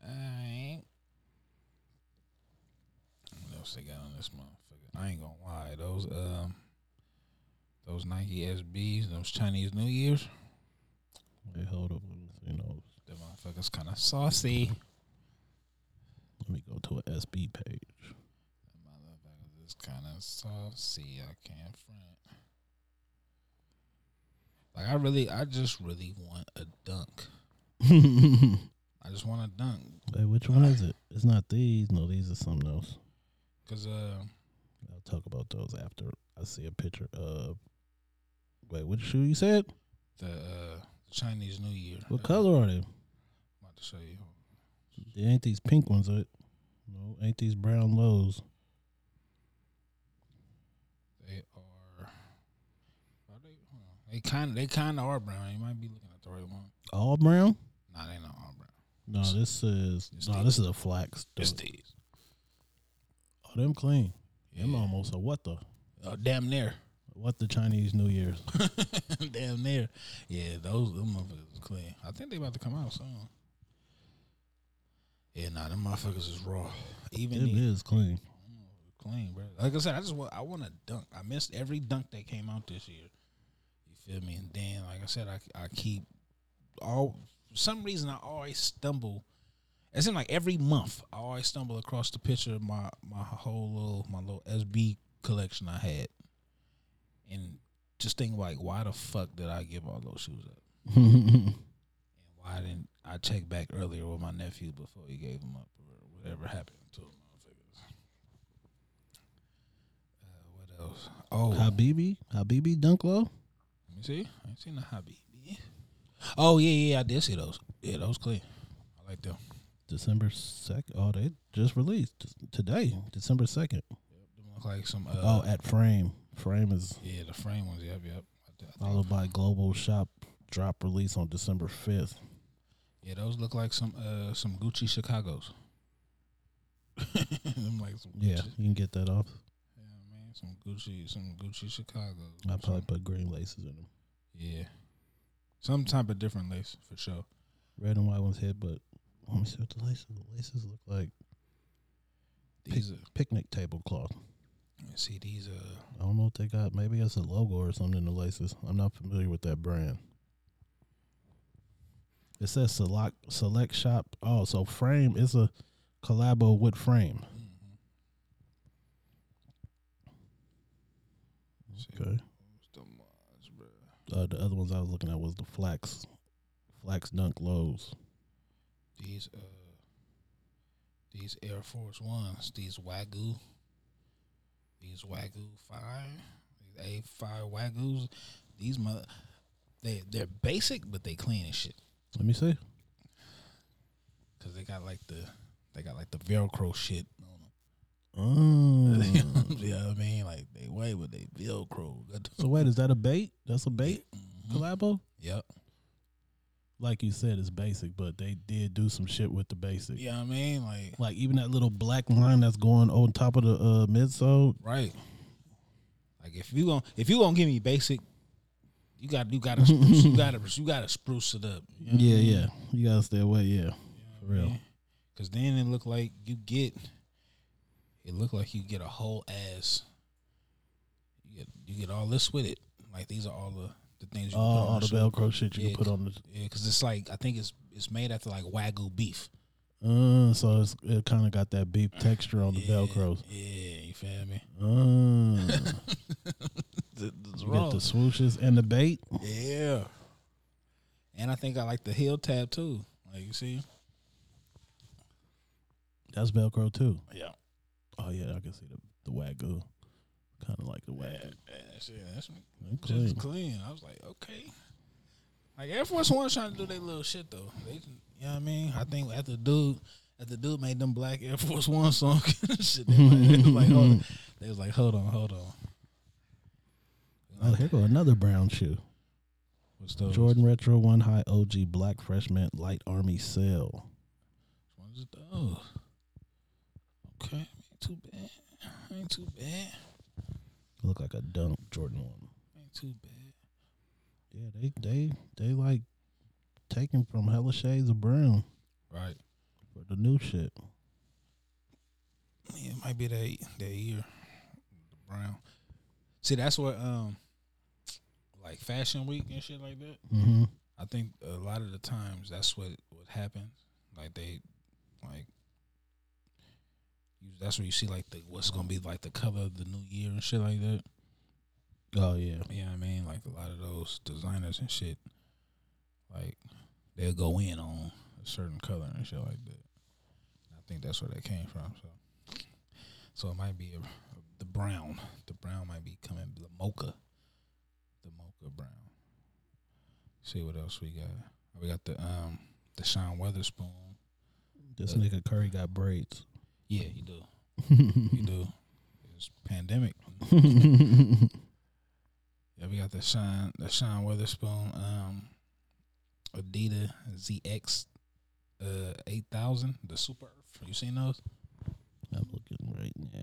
Alright. What else they got on this motherfucker? I ain't gonna lie. Those um those Nike SBs, those Chinese New Year's,
Wait, hold up. Let me, see those.
them motherfuckers kinda saucy.
Let me go to an SB (laughs) page.
Them motherfuckers is kinda saucy, I can't front. Like I really I just really want a dunk. I just want a dunk.
Hey, which one is it? It's not these. No, these are something else.
Cause uh
I'll talk about those after I see a picture of. Wait, which shoe you said?
the uh, Chinese New Year.
What
Uh,
color are they?
I'm about to show you.
They ain't these pink ones, right? No, ain't these brown lows?
They are. Are they? Hold on. They kind. They kind of are brown. You might be looking at the right one.
All brown?
Nah, they not all brown.
No, this is
It's
no,
these.
this is a flax.
It's
dude.
these.
Oh, them clean. Them
Yeah.
almost a what the
Oh, damn near. (laughs)
what the Chinese New Year's?
damn near. Yeah, those them motherfuckers is clean. I think they about to come out soon. Yeah, nah, them motherfuckers is raw.
It
Even the,
is clean.
clean, bro. Like I said, I just want I want a dunk. I missed every dunk that came out this year. You feel me? And then, like I said, I I keep all for some reason I always stumble. It seems like every month I always stumble across the picture of my my whole little my little SB collection I had, and just think like, why the fuck did I give all those shoes up? and why didn't I check back earlier with my nephew before he gave them up or whatever happened to them? motherfuckers? Uh, what else? Oh,
Habibi, Habibi Dunk Low.
let me see. I ain't seen the hobby. Oh yeah, yeah, I did see those. Yeah, those clean. I like them.
December second. Oh, they just released t- today, December second.
Them look like some. Uh,
Oh, at Frame. Frame is
yeah, the frame ones. Yep, yep. I th- I think-
followed by Global Shop drop release on December fifth.
yeah, those look like some uh some Gucci Chicago's. (laughs) them like some Gucci.
Yeah, you can get that off.
Yeah, man, some Gucci, some Gucci Chicago's.
I probably put green laces in them.
Yeah, some type of different lace for sure.
Red and white ones hit, but let me see what the laces. The laces look like
These are
picnic tablecloth.
see these uh
I don't know what they got. Maybe it's a logo or something in the laces. I'm not familiar with that brand. It says select select shop. Oh, so Frame is a collabo with Frame.
Mm-hmm.
Okay.
what's the mods, bro?
Uh, the other ones I was looking at was the Flax, Flax Dunk Lows.
These uh these Air Force Ones, these Wagyu, these Wagyu five, these A five Wagyus. These mother, they they're basic but they clean as shit.
Let me see.
Cause they got like the they got like the Velcro shit on them.
Mm.
(laughs) you know what I mean? Like they white but they Velcro.
so wait, is that a bait? That's a bait
mm-hmm.
collabo.
yep.
Like you said, it's basic, but they did do some shit with the basic.
You know what I mean? Like
Like even that little black line that's going on top of the uh, midsole.
right. Like if you gonna if you gonna give me basic, you got you gotta spruce, you gotta you gotta spruce it up. You know what I
Yeah,
mean?
yeah. You gotta stay away. Yeah, for real.
Cause then it looked like you get it looked like you get a whole ass. You get you get all this with it. Like these are all the, the things you
All,
can put on
Oh, all the
the shoe.
Velcro shit you
Yeah,
can put on the.
Yeah, cause it's like I think it's it's made after like wagyu beef.
Uh, so it's, it kind of got
(sighs)
that beef texture on the Velcros.
Yeah, you feel me?
Uh,
(laughs) It's
you get the swooshes and the bait.
Yeah. And I think I like the heel tab too. Like you see?
That's Velcro too.
Yeah.
Oh yeah, I can see the the wagyu. Kind of like the wagyu.
That shit, that's
clean.
just clean. I was like, okay. Like Air Force One trying to do their little shit though. They, you know what I mean? I think after dude, after dude made them black Air Force One song, (laughs) shit, they, like, they was like, hold on. they was like, hold on, hold on.
Oh, here go another brown shoe.
What's those?
Jordan Retro One High OG Black Fresh Mint Light Army Sale.
What's those? Okay, ain't too bad. Ain't too bad.
Look like a dunk Jordan One.
Ain't too bad.
Yeah, they they they like taking from hella shades of brown
Right.
for the new shit.
Yeah, it might be that that year. The brown. See, that's what um, like Fashion Week and shit like that.
Mm-hmm.
I think a lot of the times that's what what happens. Like they, like you, that's where you see like the what's gonna be like the color of the new year and shit like that.
Oh yeah.
You know what I mean? Like a lot of those designers and shit, like they'll go in on a certain color and shit like that. I think that's where that came from. So, so it might be a, the brown. The brown might be coming. The mocha, the mocha brown. See what else we got? We got the um the Sean Weatherspoon.
This
Uh,
nigga Curry got braids. (laughs)
Yeah, you do. you do. It's pandemic. yeah, we got the Sean the Sean Weatherspoon um Adidas ZX uh eight thousand, the Super Earth. You seen those?
I'm looking right now.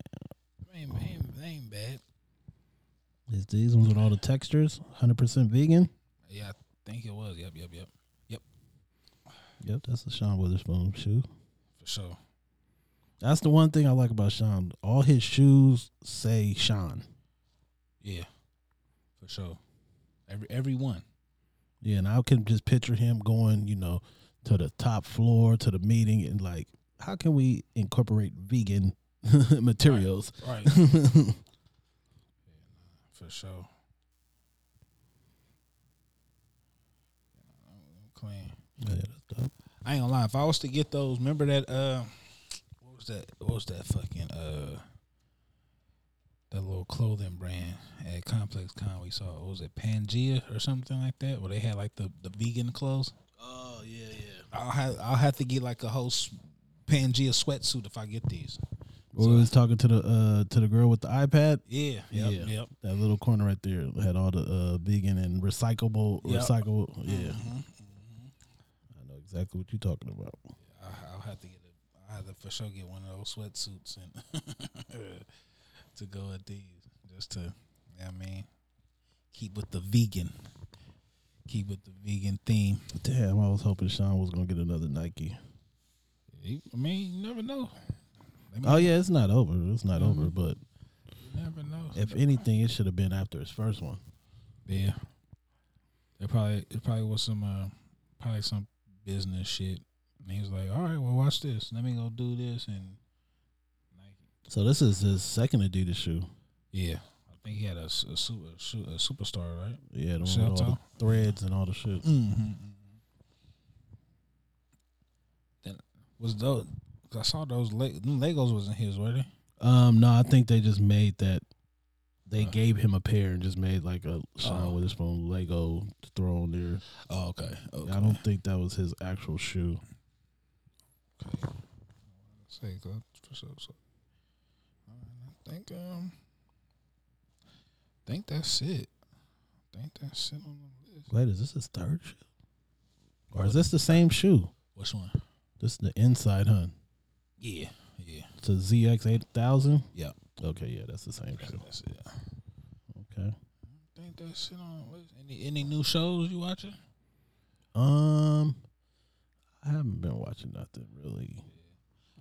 They ain't, they ain't, they ain't bad.
Is these ones with all the textures? 100% vegan?
Yeah, I think it was. Yep, yep, yep.
Yep, that's the Sean Witherspoon shoe.
For sure.
That's the one thing I like about Sean. All his shoes say Sean.
Yeah. For sure. Every every one.
Yeah, and I can just picture him going, you know, to the top floor to the meeting and like, how can we incorporate vegan materials? (laughs)
Right. yeah, nah, for sure. Clean.
Yeah, that's dope.
I ain't gonna lie. If I was to get those, remember that uh, what was that? What was that fucking uh, that little clothing brand at Complex Con we saw? What was it Pangea or something like that? Where they had like the the vegan clothes.
Oh yeah, yeah.
I'll have I'll have to get like a whole s- Pangea sweatsuit if I get these.
we was talking to the uh to the girl with the iPad.
Yeah. Yep.
yeah,
Yep.
that little corner right there had all the uh, vegan and recyclable,
Yep. Mm-hmm.
recyclable. Yeah, I know exactly what you're talking about.
I- I'll have to get a, I'll have to for sure get one of those sweatsuits and (laughs) to go with these just to, you know what I mean, keep with the vegan, keep with the vegan theme.
Damn, I was hoping Sean was gonna get another Nike.
You- I mean, you never know, Mm-hmm.
Oh yeah, it's not over. It's not over. But
you never know.
if anything, it should have been after his first one.
Yeah, it probably it probably was some uh, probably some business shit. And he was like, "All right, well, watch this. Let me go do this." And
So this is his second Adidas shoe.
yeah, I think he had a, s- a super a superstar, right?
Yeah, the one with all the
Shelter.
threads and all the shit.
Mm-hmm. Then was those? Cause I saw those leg, them Legos wasn't his, were they?
Um, no, I think they just made that. They gave him a pair and just made like a Sean
Oh.
Witherspoon Lego to throw on there.
Oh, okay. Okay.
I don't think that was his actual shoe.
okay. Say good for sure. So, Alright, I think um, think that's it. think that's it on the list.
Wait, is this his third shoe? Or is this the same shoe?
Which one?
This is the inside, huh?
Yeah. Yeah.
It's a ZX eight thousand.
Yeah.
Okay, yeah, that's the same shoe.
That's it.
Okay.
think that's it on the list. Any any new shows you watching?
Um, I haven't been watching nothing really.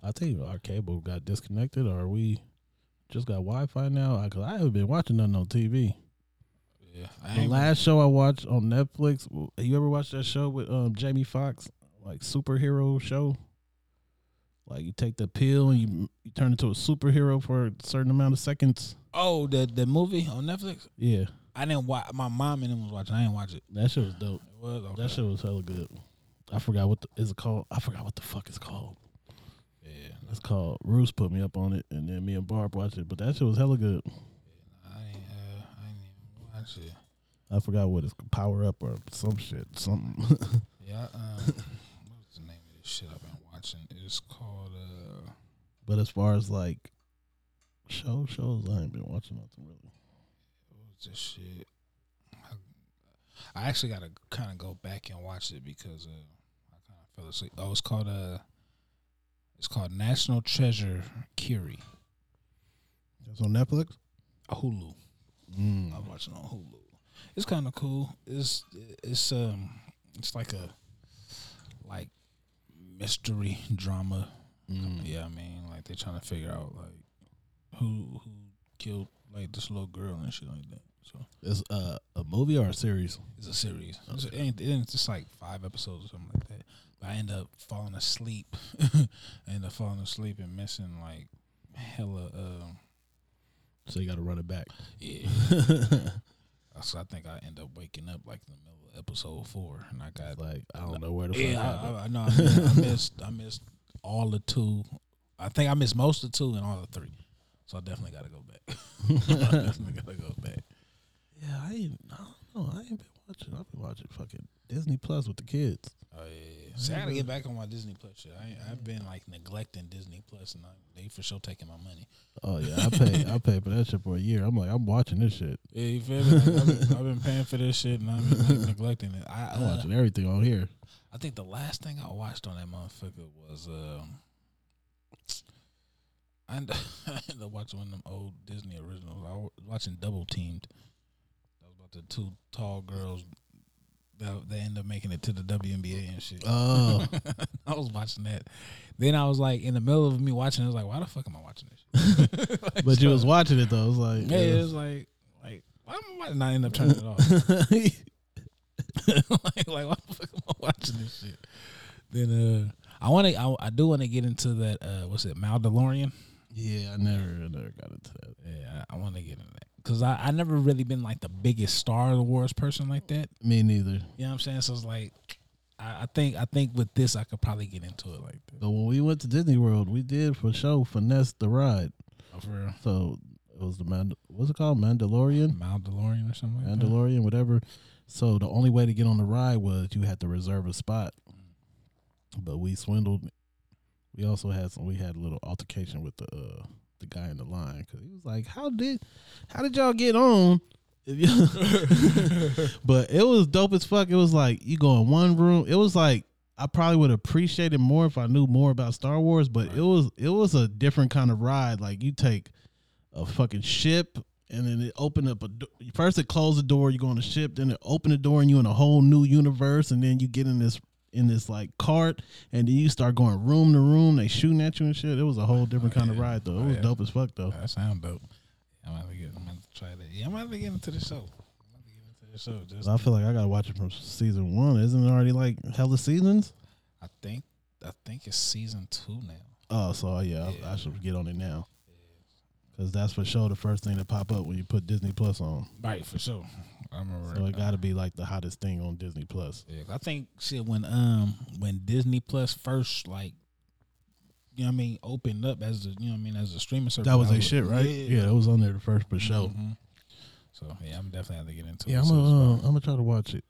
I tell you, our cable got disconnected, or we just got Wi Fi now. I, Cause I haven't been watching nothing on TV.
Yeah. I
The
ain't,
last show I watched on Netflix, w- you ever watched that show with um Jamie Foxx, like superhero show? Like you take the pill and you you turn into a superhero for a certain amount of seconds.
oh, the the movie on Netflix.
Yeah,
I didn't watch. My mom and them was watching. I didn't watch it.
that shit was dope.
It was okay.
That shit was hella good. I forgot what the, is it called. I forgot what the fuck it's called.
yeah.
It's called Roos put me up on it, and then me and Barb watched it. But that shit was hella good.
I ain't, uh, I ain't even watch it.
I forgot what it's Power Up or some shit, something. (laughs)
Yeah. I, (laughs) Um, what's the name of this shit I've been watching? It's called. Uh,
but as far as like show shows, I ain't been watching nothing really.
what was this shit? I, I actually got to kind of go back and watch it because uh, I kind of fell asleep. Oh, it's called uh, it's called National Treasure Curie
That's on Netflix.
Hulu.
Mm.
I'm watching on Hulu. It's kind of cool. It's it's um it's like a like mystery drama.
Mm.
Yeah, I mean, like they're trying to figure out like who who killed like this little girl and shit like that. So
It's uh, a movie or a series.
it's a series. It's, it ain't, it ain't- it's just like five episodes or something like that. But I end up falling asleep. (laughs) I end up falling asleep and missing like hella. Um,
So you got to run it (laughs) back.
yeah. so I think I end up waking up like in the middle of episode four, and I got
Like I don't know where to
yeah,
find it.
I, I, I know. I (laughs) missed, I missed I missed all the two. I think I missed most of two and all the three. So I definitely got to go back. (laughs) I definitely got to go back.
Yeah, I ain't. I don't know. I ain't been watching. I've been watching fucking Disney Plus with the kids.
Oh yeah. See, I gotta get back on my Disney Plus shit. I, ain't- I've been like neglecting Disney Plus, and I, they for sure taking my money.
Oh yeah, I pay. I pay for that shit for a year. I'm like, I'm watching this shit.
Yeah, you feel me? Like, I've, been, I've been paying for this shit, and I've been like, neglecting it. (laughs) I
I'm
uh,
watching everything on here.
I think the last thing I watched on that motherfucker was um, I end (laughs) I ended up watching one of them old Disney originals. I was watching Double Teamed. That was about the two tall girls. That they end up making it to the WNBA and shit.
Oh,
(laughs) I was watching that. Then I was like, in the middle of me watching, I was like, why the fuck am I watching this?
(laughs)
shit? (laughs) Like,
(laughs) but you
so-
was watching it though. It was like,
yeah, it was like, like, why am I not end up turning it off?
oh. (laughs)
(laughs) like, like, why the fuck am I watching this shit? Then uh, I want to, I, I do want to get into that. Uh, what's it, Maldalorian?
yeah, I never, I never got into that.
Yeah, I, I want to get into that because I, I never really been like the biggest Star Wars person like that.
Me neither.
You know what I'm saying? So it's like, I, I think, I think with this, I could probably get into it like that.
But when we went to Disney World, we did for show finesse the ride.
Oh, for real,
So it was the Mand- what's it called Mandalorian,
Maldalorian or something. Like that.
Mandalorian, whatever. So the only way to get on the ride was you had to reserve a spot. But we swindled. We also had some. We had a little altercation with the uh, the guy in the line because he was like, "How did, how did y'all get on?" If you- (laughs) but it was dope as fuck. It was like you go in one room. It was like I probably would appreciate it more if I knew more about Star Wars. But it was it was a different kind of ride. Like you take a fucking ship and then it opened up a do- first it closed the door you go on the ship then it opened the door and you in a whole new universe and then you get in this in this like cart and then you start going room to room they shooting at you and shit it was a whole different kind of ride though it was
yeah.
dope as fuck though
That sound dope. I'm gonna get, I'm gonna try that. Yeah, I'm gonna get into the show. I'm gonna get into the show. Just
i feel like i gotta watch it from season one isn't it already like hella seasons
I think I think it's season two now.
oh so yeah, I, I should get on it now because that's for sure the first thing to pop up when you put disney plus on
Right, for sure. I remember.
so it gotta be like the hottest thing on disney plus
Yeah, I think shit when um when Disney Plus first like you know what I mean opened up as the you know what I mean as a streaming service.
that was
I
a shit right
Yeah. Mm-hmm.
yeah it was on there the first for sure
So yeah, I'm definitely gonna get into
Yeah,
it.
I'm
So it's
gonna, uh,
about-
I'm gonna try to watch it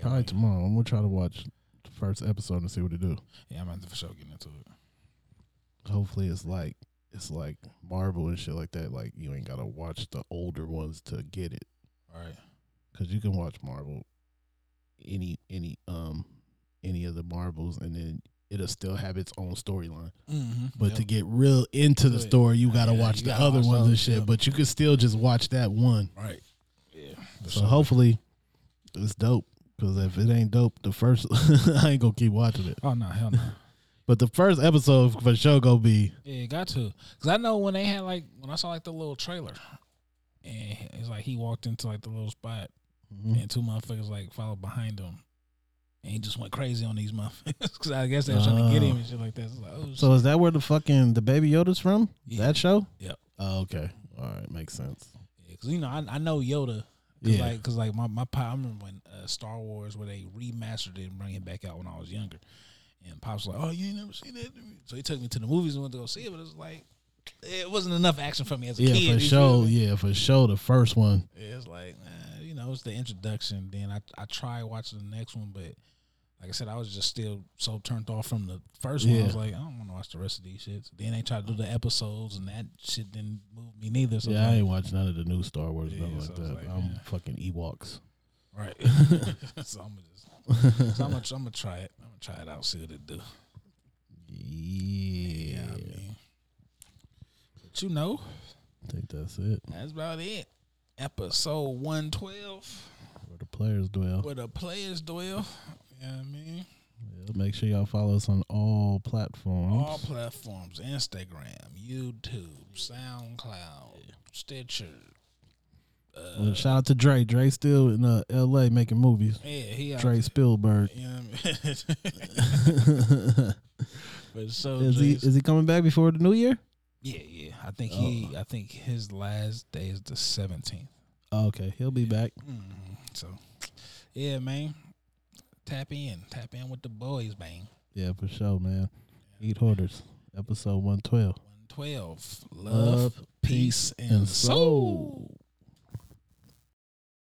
probably tomorrow. I'm gonna try to watch the first episode and see what it do.
yeah, I'm gonna for sure get into it.
Hopefully, it's like it's like Marvel and shit like that. Like you ain't gotta watch the older ones to get it,
All right.
cause you can watch Marvel any any um any of the Marvels, and then it'll still have its own storyline.
Mm-hmm.
But to get real into the
Good.
story, you gotta
Yeah,
watch
you
the
gotta
other
watch
ones
those,
and shit.
yeah.
But you can still just watch that one.
right. Yeah. for
So
sure.
hopefully, it's dope. Cause if it ain't dope, the first (laughs) I ain't gonna keep watching it.
Oh no, hell no.
But the first episode for sure gonna be
Yeah, got to. Cause I know when they had like when I saw like the little trailer, and it's like he walked into like the little spot,
Mm.
and two motherfuckers like followed behind him, and he just went crazy on these motherfuckers. (laughs) Cause I guess they were trying to get him and shit like that. It's like, oh,
So is that where the fucking the baby Yoda's from?
Yeah.
That show?
Yep.
Oh, okay. All right, makes sense.
shit. cause you know I, I know Yoda. Cause
Yeah.
like, cause like my my pop, I remember when uh, Star Wars where they remastered it and bring it back out when I was younger, and pops was like, oh you ain't never seen that, so he took me to the movies and went to go see it, but it was like. It wasn't enough action for me as a
Yeah,
kid. you
for
feel
sure.
me?
Yeah, for sure. The first one.
It's like, eh, you know, it's the introduction. Then I, I try watching the next one, but like I said, I was just still so turned off from the first one. I was
Yeah.
like, I don't want to watch the rest of these shits. Then they tried to do the episodes, and that shit didn't move me neither. So
yeah, I
yeah,
ain't watched none of the new Star Wars
Yeah,
nothing
so
like
it's
that.
like,
I'm
yeah. (laughs)
fucking Ewoks.
Right. (laughs)
(laughs)
so I'm gonna just, so I'm gonna, I'm gonna try it. I'm gonna try it out, see what it do. Yeah. I mean. But you know,
I think that's it.
that's about it. Episode one twelve.
Where the players dwell.
Where the players dwell. You know what I mean?
Yeah, make sure y'all follow us on all platforms.
All platforms Instagram, YouTube, SoundCloud, Stitcher.
Well, shout out to Dre. Dre still in uh, L.A. making movies.
Yeah, he out (laughs)
Dre Spielberg. (laughs)
You know what I mean? (laughs) but so
Is he
Dre's-
is he coming back before the new year?
yeah, yeah. I think he. I think his last day is the seventeenth.
Oh, okay, he'll be back.
So, yeah, man. Tap in, tap in with the boys, man.
Yeah, for sure, man. Eat hoarders. Episode one twelve.
One twelve, love,
Love,
peace, and
and
soul.